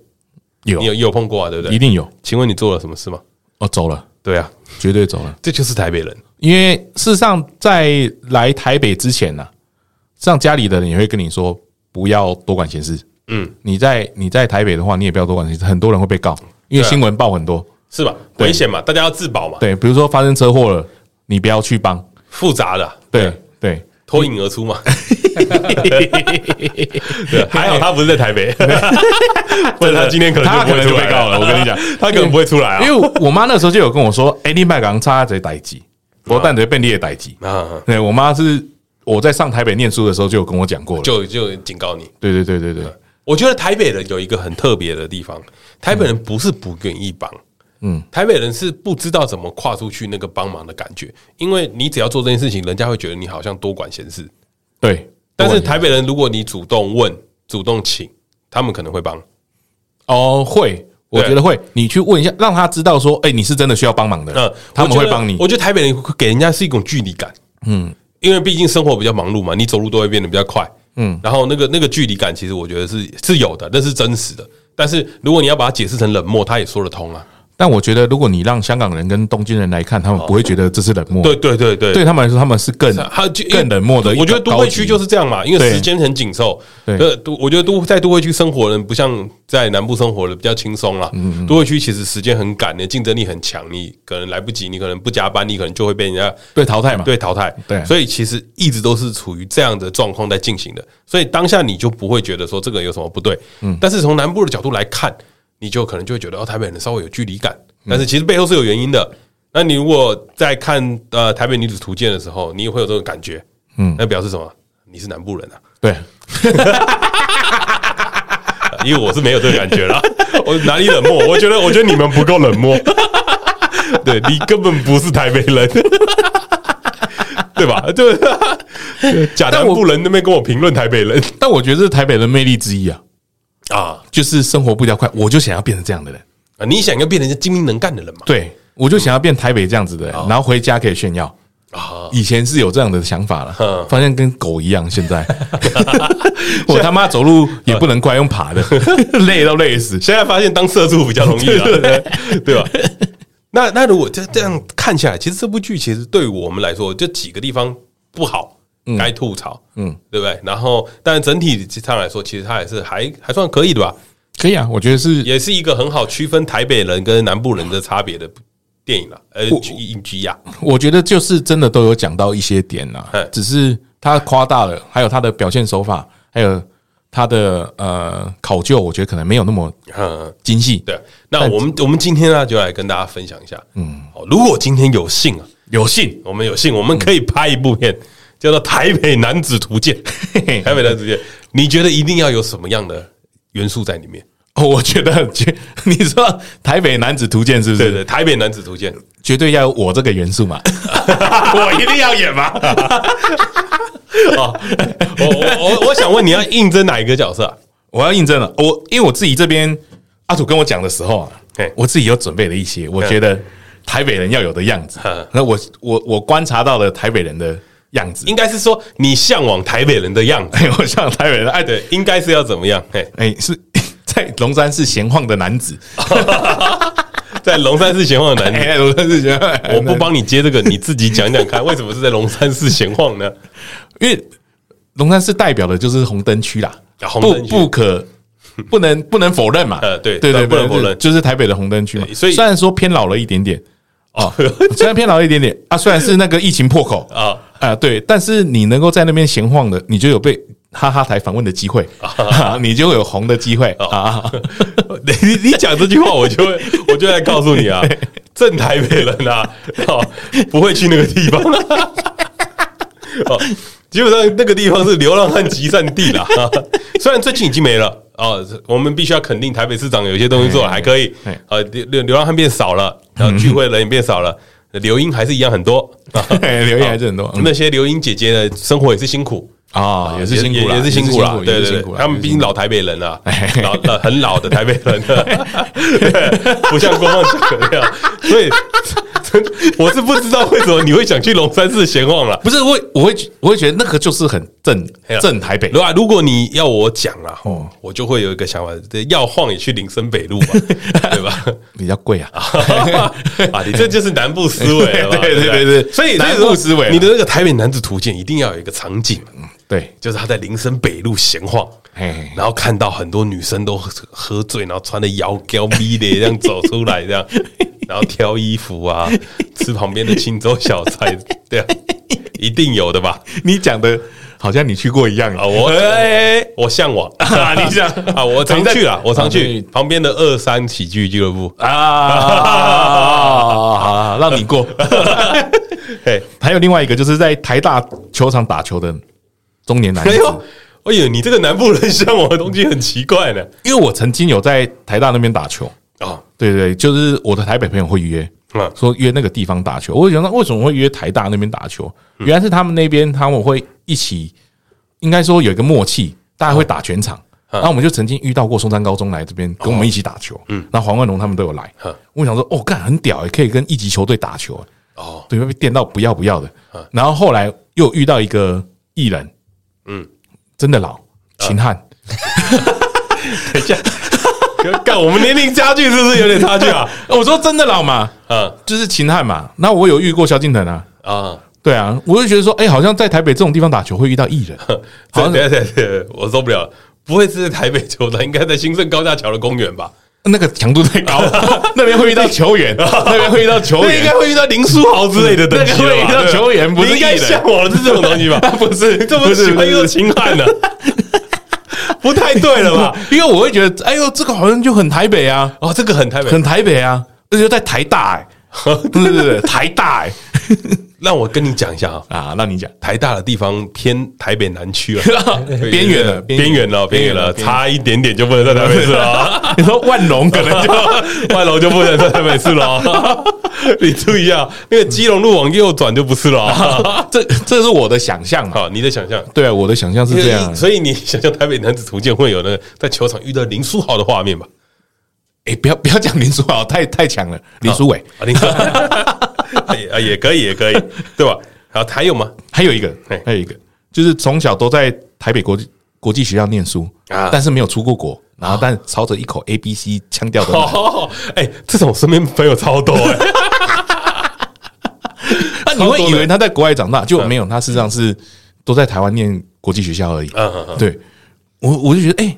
Speaker 2: 有
Speaker 1: 你有有碰过啊？对不对？
Speaker 2: 一。定有。
Speaker 1: 请问你做了什么事吗？
Speaker 2: 哦，走了，
Speaker 1: 对啊，
Speaker 2: 绝对走了。
Speaker 1: 这就是台北人。
Speaker 2: 因为事实上，在来台北之前呢、啊，实际上家里的人也会跟你说不要多管闲事。
Speaker 1: 嗯，
Speaker 2: 你在你在台北的话，你也不要多管闲事，很多人会被告，因为
Speaker 1: 对啊
Speaker 2: 新闻报很多。
Speaker 1: 是吧？
Speaker 2: 对
Speaker 1: 危险嘛，大家要自保嘛，
Speaker 2: 对，比如说发生车祸了，你不要去帮。
Speaker 1: 复杂的啊、
Speaker 2: 对对，
Speaker 1: 脱颖而出 嘛。对，还好他不是在台 北， 不然他今天可能
Speaker 2: 他
Speaker 1: 就不
Speaker 2: 可
Speaker 1: 会
Speaker 2: 能就
Speaker 1: 出来
Speaker 2: 被告了。我跟你讲，
Speaker 1: 他可能不 会出来
Speaker 2: 因
Speaker 1: 啊。
Speaker 2: 为我妈那时候就有跟我说：“ 哎、你麦港差这代机，我蛋得被你的代机。
Speaker 1: 啊，”
Speaker 2: 对我妈是我在上台北念书的时候就有跟我讲过了。
Speaker 1: 就就警告你。
Speaker 2: 对对对对对，
Speaker 1: 我觉得台北人有一个很特别的地方，台北人不是不愿意帮，嗯
Speaker 2: 嗯，
Speaker 1: 台北人是不知道怎么跨出去那个帮忙的感觉，因为你只要做这件事情，人家会觉得你好像多管闲事。
Speaker 2: 对，
Speaker 1: 但是台北人，如果你主动问、主动请，他们可能会帮。
Speaker 2: 哦，会，我
Speaker 1: 对
Speaker 2: 觉得会。你去问一下，让他知道说，哎、你是真的需要帮忙的，
Speaker 1: 嗯，
Speaker 2: 他们
Speaker 1: 我觉
Speaker 2: 会
Speaker 1: 得
Speaker 2: 帮你。
Speaker 1: 我觉得台北人会给人家是一种距离感，嗯，因为毕竟生活比较忙碌嘛，你走路都会变得比较快，嗯，然后那个那个距离感，其实我觉得是是有的，那是真实的。但是如果你要把它解释成冷漠，他也说得通啊。
Speaker 2: 但我觉得，如果你让香港人跟东京人来看，他们不会觉得这是冷漠。
Speaker 1: 哦对，对对对，
Speaker 2: 哦对他们来说，他们是更
Speaker 1: 还有就
Speaker 2: 更冷漠的一个
Speaker 1: 我觉得都会区就是这样嘛，因为
Speaker 2: 对
Speaker 1: 时间很紧凑。
Speaker 2: 对
Speaker 1: 呃，都我觉得都在都会区生活的人不像在南部生活的比较轻松啦。
Speaker 2: 嗯
Speaker 1: 都会区其实时间很赶，你的竞争力很强，你可能来不及，你可能不加班，你可能就会被人家
Speaker 2: 对淘汰嘛。
Speaker 1: 对淘汰，
Speaker 2: 对
Speaker 1: 所以其实一直都是处于这样的状况在进行的，所以当下你就不会觉得说这个有什么不对，嗯，但是从南部的角度来看，你就可能就会觉得哦，台北人稍微有距离感，但是其实背后是有原因的，那你如果在看呃台北女子图鉴的时候，你也会有这种感觉，嗯，那表示什么？你是南部人啊，
Speaker 2: 对，
Speaker 1: 呃因为我是没有这个感觉啦，我哪里冷漠？我觉得，我觉得你们不够冷漠， 对你根本不是台北人， 对吧？对吧，假南部人那边跟我评论台北人
Speaker 2: 但我觉得这是台北人魅力之一啊，
Speaker 1: 啊，
Speaker 2: 就是生活步调快，我就想要变成这样的人，
Speaker 1: 啊你想要变成一个精明能干的人嘛？
Speaker 2: 对我就想要变台北这样子的人，
Speaker 1: 哦
Speaker 2: 然后回家可以炫耀。
Speaker 1: 啊，
Speaker 2: 以前是有这样的想法了
Speaker 1: 嗯，
Speaker 2: 发现跟狗一样。现在 我他妈走路也不能快，用爬 的，累都累死。
Speaker 1: 现在发现当社畜比较容易了，对吧？那那如果这这样看下来，其实这部剧其实对我们来说，就几个地方不好，该吐槽，嗯，对不对？然后，但整体上来说，其实它还是还还算可以的吧，
Speaker 2: 可以啊，我觉得是
Speaker 1: 也是一个很好区分台北人跟南部人的差别的电影了，呃，剧影集呀，
Speaker 2: 我觉得就是真的都有讲到一些点啦
Speaker 1: 嗯，
Speaker 2: 只是他夸大了，还有他的表现手法，还有他的呃考究，我觉得可能没有那么
Speaker 1: 嗯。
Speaker 2: 精细。
Speaker 1: 对，那我们我们今天呢，就来跟大家分享一下。嗯，好，如果今天有幸啊，有幸，我们有幸，我们可以拍一部片，叫做《台北男子图 鉴》。
Speaker 2: 嘿
Speaker 1: 台北男子图鉴，你觉得一定要有什么样的元素在里面？
Speaker 2: 哦， 我觉得绝，你说台北男子图鉴是不
Speaker 1: 对
Speaker 2: 是？
Speaker 1: 对，《台北男子图鉴》
Speaker 2: 绝对要有我这个元素嘛？
Speaker 1: 我一定要演吗？ 哦，我我我我想问你要应征哪一个角色啊？
Speaker 2: 我要印证了，我因为我自己这边阿土跟我讲的时候啊
Speaker 1: 嘿，
Speaker 2: 我自己有准备了一些，我觉得台北人要有的样子
Speaker 1: 嗯。
Speaker 2: 那我我我观察到了台北人的样子，
Speaker 1: 应该是说你向往台北人的样子，哎
Speaker 2: 嘿我像台北人爱的。
Speaker 1: 对，应该是要怎么样？ 嘿，
Speaker 2: 哎、是在龙山寺闲晃的男子，
Speaker 1: 在龙山寺闲晃的男子
Speaker 2: 哎、龙山寺闲晃，
Speaker 1: 嗯我不，帮你接这个，你自己讲讲 看，为什么是在龙山寺闲晃呢？
Speaker 2: 因为龙山寺代表的就是红灯区啦，
Speaker 1: 啊红灯区
Speaker 2: 不不可不能不能否认嘛，
Speaker 1: 呃对
Speaker 2: 对对，
Speaker 1: 不能否认
Speaker 2: 就是台北的红灯区嘛，
Speaker 1: 对所以
Speaker 2: 虽然说偏老了一点点，
Speaker 1: 哦，
Speaker 2: 虽然偏老了一点点啊，虽然是那个疫情破口啊
Speaker 1: 啊，
Speaker 2: 啊、对，但是你能够在那边闲晃的，你就有被。哈哈台访问的机会，啊、 你就有红的机会
Speaker 1: 哦
Speaker 2: 啊！
Speaker 1: 你 你讲这句话，我就会我就来告诉你啊，正台北人啊，哦，不会去那个地方、哦，基本上那个地方是流浪汉集散地啦、 啊虽然最近已经没了。哦，我们必须要肯定台北市长有些东西做的还可以
Speaker 2: 哎，
Speaker 1: 呃，流流流浪汉变少了，然后聚会人也变少了，留音还是一样很多，啊
Speaker 2: 留言还是很多嗯
Speaker 1: 那些留音姐姐的生活也是辛苦，
Speaker 2: 啊，也是辛苦啦，
Speaker 1: 也是辛苦啦，对
Speaker 2: 也是
Speaker 1: 对
Speaker 2: 辛苦
Speaker 1: 对，
Speaker 2: 啦
Speaker 1: 他们
Speaker 2: 也是
Speaker 1: 毕
Speaker 2: 辛
Speaker 1: 竟
Speaker 2: 苦
Speaker 1: 老台北人 啊
Speaker 2: 哎，
Speaker 1: 老呃很老的台北人 了，对不像光望小哥那样， 所以我是不知道为什么你会想去龙山寺闲晃了。
Speaker 2: 不是我会，我会觉我会觉得那个就是很正
Speaker 1: 哎呀
Speaker 2: 正台北
Speaker 1: 如，果如果你要我讲啦
Speaker 2: 哦，
Speaker 1: 我就会有一个想法，对要晃也去林森北 路吧，对吧？
Speaker 2: 比较贵啊。
Speaker 1: 啊，你这就是南部思维 了吧，
Speaker 2: 对对
Speaker 1: 不
Speaker 2: 对对对
Speaker 1: 所以
Speaker 2: 南部思维啊
Speaker 1: 你的那个台北男子图鉴一定要有一个场景，啊
Speaker 2: 对，
Speaker 1: 就是他在林森北路闲晃，
Speaker 2: 嘿嘿
Speaker 1: 然后看到很多女生都喝喝醉，然后穿的摇高逼的这样走出来， 这样，然后挑衣服啊，吃旁边的青州小菜，对啊，一定有的吧？
Speaker 2: 你讲的好像你去过一样
Speaker 1: 啊，我我向往，
Speaker 2: 你想
Speaker 1: 啊，我常去啊，我常
Speaker 2: 啊
Speaker 1: 去
Speaker 2: 对
Speaker 1: 旁边的二三喜剧俱乐部，
Speaker 2: 啊， 好啦让你过。
Speaker 1: 嘿，
Speaker 2: 还有另外一个就是在台大球场打球的中年男
Speaker 1: 哎
Speaker 2: 子，
Speaker 1: 呦。哎呦，你这个南部人向往的东西很奇怪呢。
Speaker 2: 因为我曾经有在台大那边打球，
Speaker 1: 哦，
Speaker 2: 对对，对就是我的台北朋友会约。
Speaker 1: 嗯
Speaker 2: 说约那个地方打球，我就想到为什么会约台大那边打球，原来是他们那边他们会一起，应该说有一个默契，大家会打全场。然后我们就曾经遇到过松山高中来这边跟我们一起打球，哦嗯，那黄万龙他们都有来
Speaker 1: 嗯，
Speaker 2: 我想说哦，干很屌欸，可以跟一级球队打球欸，
Speaker 1: 哦，
Speaker 2: 对，会被电到不要不要的。然后后来又遇到一个艺人，嗯，真的老秦汉，
Speaker 1: 等一下， 干我们年龄差距是不是有点差距啊？
Speaker 2: 我说真的老嘛，
Speaker 1: 嗯
Speaker 2: 就是秦汉嘛。那我有遇过萧敬腾啊，
Speaker 1: 啊，
Speaker 2: 对啊，我就觉得说，哎、好像在台北这种地方打球会遇到 艺人，好
Speaker 1: 这
Speaker 2: 像
Speaker 1: 等一下等一下，等一下我受不了了，不会是在台北球场，应该在新盛高架桥的公园吧？
Speaker 2: 那个强度太高， 那边会遇到球员，那边会遇到球
Speaker 1: 那应
Speaker 2: 员
Speaker 1: 该，会遇到林书豪之类的等级
Speaker 2: 那个会
Speaker 1: 吧
Speaker 2: 遇到球员不是
Speaker 1: 你应该
Speaker 2: 艺人
Speaker 1: 向往的是这种东西吧？不是，这么
Speaker 2: 不是
Speaker 1: 喜欢
Speaker 2: 不是
Speaker 1: 又秦汉呢？不太对了吧？
Speaker 2: 因为我会觉得，哎呦，这个好像就很台北啊，
Speaker 1: 哦，这个很台北
Speaker 2: 很台北啊，而且在台大、哎，
Speaker 1: 哦
Speaker 2: 对对对，台大哎、
Speaker 1: 让我跟你讲一下啊，
Speaker 2: 啊，让你讲，
Speaker 1: 台大的地方偏台北南区啊，
Speaker 2: 边缘了，
Speaker 1: 边缘了，边缘了，
Speaker 2: 边缘
Speaker 1: 差一点点就不能在台北市了啊。
Speaker 2: 你说万隆可 能就
Speaker 1: 万隆就不能在台北市了啊，你注意啊，那个基隆路往右转就不是了啊。
Speaker 2: 这这是我的想象嘛？
Speaker 1: 好，你的想象
Speaker 2: 对啊，我的想象是这样。
Speaker 1: 所以哦你想象台北男子图鉴会有那个在球场遇到林书豪的画面吧？
Speaker 2: 哎、不要不要讲林书豪，太太强了，林书伟。
Speaker 1: 啊，林 书豪也啊也可以，也可以，对吧？好，还有吗？
Speaker 2: 还有一个
Speaker 1: 嘿，
Speaker 2: 还有一个，就是从小都在台北国际国际学校念书
Speaker 1: 啊
Speaker 2: 但是没有出过国，然后但操着一口 A B C 腔调的奶，
Speaker 1: 哦，哎、这种身边朋友超多哎、
Speaker 2: 那你会以为他在国外长大，
Speaker 1: 嗯
Speaker 2: 结果没有，他事实上是都在台湾念国际学校而已。
Speaker 1: 嗯嗯嗯
Speaker 2: 对，我我就觉得，哎，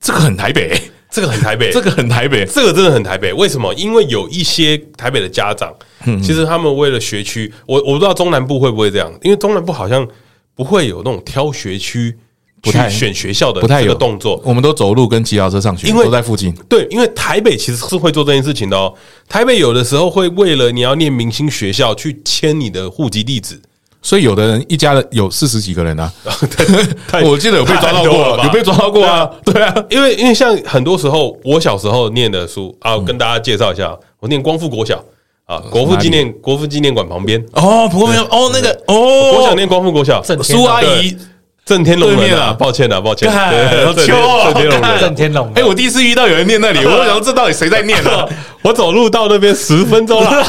Speaker 2: 这个很台北，欸
Speaker 1: 这个很台北，
Speaker 2: 这个很台北，
Speaker 1: 哎这个真的很台北，为什么？因为有一些台北的家长，
Speaker 2: 嗯
Speaker 1: 其实他们为了学区，我我不知道中南部会不会这样，因为中南部好像不会有那种挑学区
Speaker 2: 不
Speaker 1: 去
Speaker 2: 太
Speaker 1: 选学校的
Speaker 2: 不太
Speaker 1: 这
Speaker 2: 有
Speaker 1: 个动作。
Speaker 2: 我们都走路跟骑脚车上学，
Speaker 1: 因为
Speaker 2: 都在附近。
Speaker 1: 对，因为台北其实是会做这件事情的哦。台北有的时候会为了你要念明星学校，去迁你的户籍地址。
Speaker 2: 所以有的人一家人有四十几个人啊，
Speaker 1: 太
Speaker 2: 我记得有被抓到
Speaker 1: 太多了
Speaker 2: 过，
Speaker 1: 吧
Speaker 2: 有被抓到过啊，对啊，
Speaker 1: 因为因为像很多时候，我小时候念的书啊，
Speaker 2: 嗯
Speaker 1: 我跟大家介绍一下，我念光复国小
Speaker 2: 呃
Speaker 1: 啊，国父纪念国父纪念馆旁边，
Speaker 2: 哦，不过没有哦，那个
Speaker 1: 我
Speaker 2: 哦
Speaker 1: 想，念光复国小，
Speaker 3: 郑
Speaker 2: 苏阿姨
Speaker 1: 对郑天龙
Speaker 2: 对
Speaker 1: 人
Speaker 2: 面
Speaker 1: 啊
Speaker 2: 啊，
Speaker 1: 抱歉啊，抱歉，
Speaker 2: 干
Speaker 1: 对
Speaker 2: 好
Speaker 1: 郑
Speaker 2: 糗
Speaker 1: 天
Speaker 2: 哦
Speaker 1: 郑天龙
Speaker 2: 干
Speaker 1: 人
Speaker 3: 郑。天龙，啊
Speaker 2: 哎、我第一次遇到有人念那里，我想说这到底谁在念 啊？
Speaker 1: 我走路到那边十分钟了，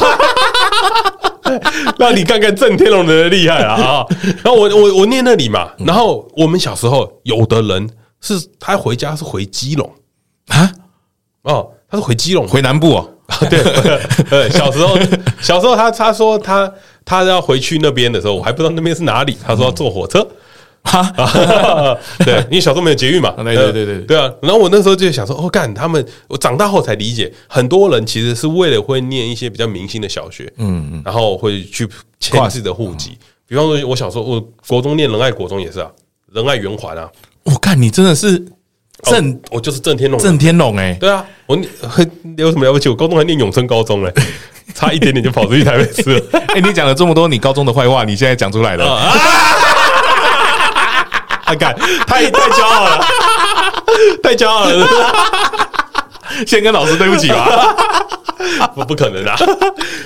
Speaker 1: 让你看看郑天龙人的厉害啊！啊，然后我我我念那里嘛，
Speaker 2: 嗯
Speaker 1: 然后我们小时候有的人是他回家是回基隆
Speaker 2: 啊，
Speaker 1: 哦，他是回基隆，
Speaker 2: 回南部哦，
Speaker 1: 对，呃，小时候，小时候他他说他他要回去那边的时候，我还不知道那边是哪里，他说要坐火车。啊， 对，因为小时候没有捷运嘛，
Speaker 2: 对对对对
Speaker 1: 对啊。然后我那时候就想说，哦，干他们，我长大后才理解，很多人其实是为了会念一些比较明星的小学，嗯嗯，然后会去迁自己的户籍。比方说，我小时候我国中念仁爱国中也是啊，仁爱圆环啊，
Speaker 2: 我看你真的是
Speaker 1: 正
Speaker 2: 郑
Speaker 1: 我就是郑天龙人
Speaker 2: 郑天龙哎、
Speaker 1: 对啊，我念 有什么了不起？我高中还念永春高中嘞，欸 差一点点就跑出去台北市了。
Speaker 2: 哎、你讲了这么多你高中的坏话，你现在讲出来了，
Speaker 1: 啊，干，太太骄傲了， 太骄傲了，
Speaker 2: 先跟老师对不起吧。
Speaker 1: 不不可能啊！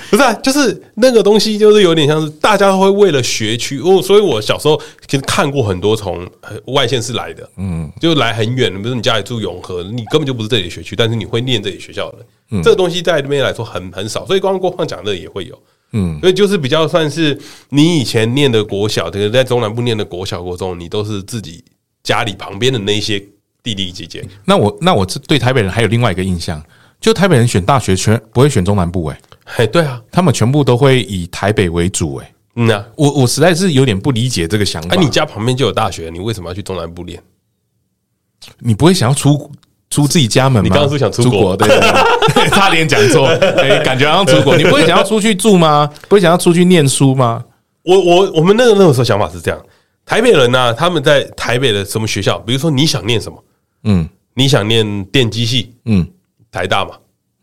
Speaker 1: 不是、啊，就是那个东西，就是有点像是大家会为了学区，哦，所以我小时候其实看过很多从呃外县市来的，嗯，就来很远，比如你家里住永和，你根本就不是这里的学区，但是你会念这里学校的人，这个东西在那边来说很很少，所以刚刚郭胖讲的也会有。
Speaker 2: 嗯，
Speaker 1: 所以就是比较算是你以前念的国小，这个在中南部念的国小、国中，你都是自己家里旁边的那一些弟弟姐姐。
Speaker 2: 那我那我这对台北人还有另外一个印象，就台北人选大学全不会选中南部哎、
Speaker 1: 嘿，对啊，
Speaker 2: 他们全部都会以台北为主哎、
Speaker 1: 嗯啊，
Speaker 2: 我我实在是有点不理解这个想法。
Speaker 1: 啊，你家旁边就有大学，你为什么要去中南部念？
Speaker 2: 你不会想要出出自己家门吗？
Speaker 1: 你刚刚是想出
Speaker 2: 出
Speaker 1: 国
Speaker 2: 对对对， 差点讲错，哎，感觉好像出国。你不会想要出去住吗？不会想要出去念书吗？
Speaker 1: 我我我们那个那个时候想法是这样，台北人呢、他们在台北的什么学校，比如说你想念什么，
Speaker 2: 嗯
Speaker 1: 你想念电机系，
Speaker 2: 嗯
Speaker 1: 台大嘛，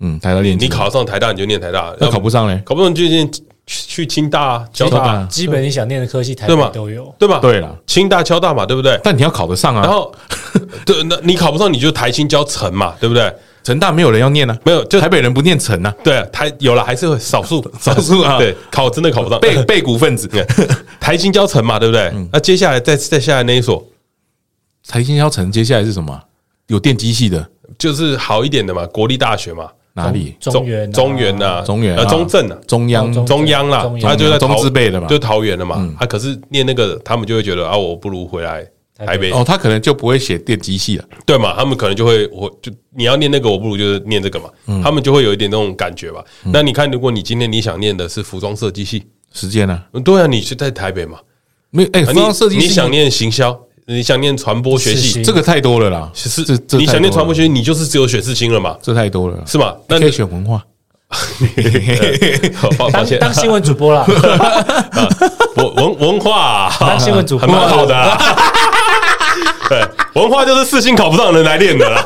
Speaker 2: 嗯，台大念
Speaker 1: 你考上台大你就念台大，
Speaker 2: 那考不上嘞？
Speaker 1: 考不上就念去去清大、啊、交大啊，
Speaker 3: 基本你想念的科系，台
Speaker 1: 对吗
Speaker 3: 北都有。
Speaker 1: 对吧？
Speaker 2: 对啦，
Speaker 1: 清大、交大嘛，对不对？
Speaker 2: 但你要考得上
Speaker 1: 然
Speaker 2: 啊。
Speaker 1: 后，对，那你考不上你就台青教成嘛，对不对？
Speaker 2: 成大没有人要念啊，
Speaker 1: 没有就
Speaker 2: 台北人不念成啊，
Speaker 1: 对，台有了还是会少数
Speaker 2: 少数 啊
Speaker 1: 对，考真的考不上。
Speaker 2: 被嗯被股分子，
Speaker 1: 台青教成嘛，对不对？那接下来再再下来那一所
Speaker 2: 台新销城接下来是什么？啊有电机系的
Speaker 1: 就是好一点的嘛，国立大学嘛，
Speaker 2: 哪里？
Speaker 3: 中原啊
Speaker 1: 中原呐，
Speaker 2: 中原
Speaker 1: 呃
Speaker 2: 啊
Speaker 1: 中正啊。
Speaker 2: 中央
Speaker 3: 中
Speaker 1: 中央啦
Speaker 3: 中，央
Speaker 1: 他就在
Speaker 2: 中
Speaker 1: 桃
Speaker 2: 字辈的嘛嗯
Speaker 1: 就桃园的嘛。啊他可是念那个，他们就会觉得啊，我不如回来台
Speaker 3: 台
Speaker 1: 北
Speaker 3: 北，
Speaker 2: 哦，他可能就不会写电机系了。
Speaker 1: 对嘛？他们可能就会，我就你要念那个，我不如就是念这个嘛。
Speaker 2: 嗯
Speaker 1: 他们就会有一点那种感觉吧。那你看，如果你今天你想念的是服装设计系，
Speaker 2: 时间呢？
Speaker 1: 嗯对啊，你是在台北嘛？
Speaker 2: 没有哎，服
Speaker 1: 啊
Speaker 2: 装设计
Speaker 1: 你
Speaker 2: 系
Speaker 1: 你想念行销，你想念传播学系
Speaker 3: 是，
Speaker 2: 这个太多了啦，
Speaker 1: 是
Speaker 2: 这这
Speaker 1: 你
Speaker 2: 太
Speaker 1: 想
Speaker 2: 多
Speaker 1: 念传播
Speaker 2: 了
Speaker 1: 学系，你就是只有选四星了嘛？
Speaker 2: 这太多了啦，
Speaker 1: 是吧？那
Speaker 2: 可以选文化。
Speaker 1: 好抱抱
Speaker 3: 当
Speaker 1: 歉，
Speaker 3: 当新闻 主播啦，
Speaker 1: 文文文化啊
Speaker 3: 当新闻主播
Speaker 1: 还蛮好的 啊。对，文化就是四星考不上的人来练的啦。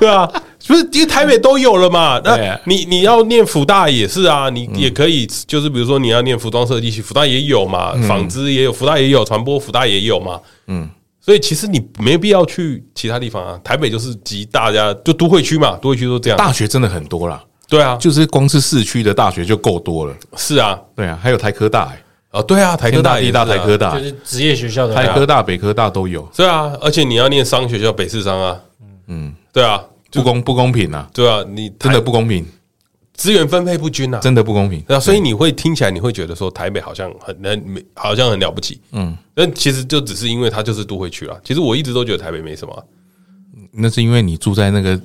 Speaker 1: 对啊，不是，因为台北都有了嘛。
Speaker 2: 对嗯啊
Speaker 1: 那你你要念辅大也是啊，你也可以，就是比如说你要念服装设计系，辅大也有嘛，
Speaker 2: 嗯
Speaker 1: 纺织也有，辅大也有，传播辅大也有嘛。嗯，所以其实你没必要去其他地方啊。台北就是集大家就都会区嘛，都会区都这样。
Speaker 2: 大学真的很多啦，
Speaker 1: 对啊，
Speaker 2: 就是光是市区的大学就够多了。
Speaker 1: 是啊，
Speaker 2: 对啊，还有台科大、欸，
Speaker 1: 啊对啊，台科大、
Speaker 2: 地大、台科，大
Speaker 3: 就、是职业学校的
Speaker 2: 台科大、北科大都有，
Speaker 1: 对啊，而且你要念商学校，北市商啊，嗯，对啊，
Speaker 2: 不公不公平啊！
Speaker 1: 对啊，你
Speaker 2: 真
Speaker 1: 台
Speaker 2: 的不公平，
Speaker 1: 资源分配不均啊，
Speaker 2: 真的不公平。
Speaker 1: 对啊，所以你会听起来，你会觉得说台北好像很很好像很了不起，嗯，但其实就只是因为它就是都会区啦。啊其实我一直都觉得台北没什么啊、
Speaker 2: 那是因为你住在那个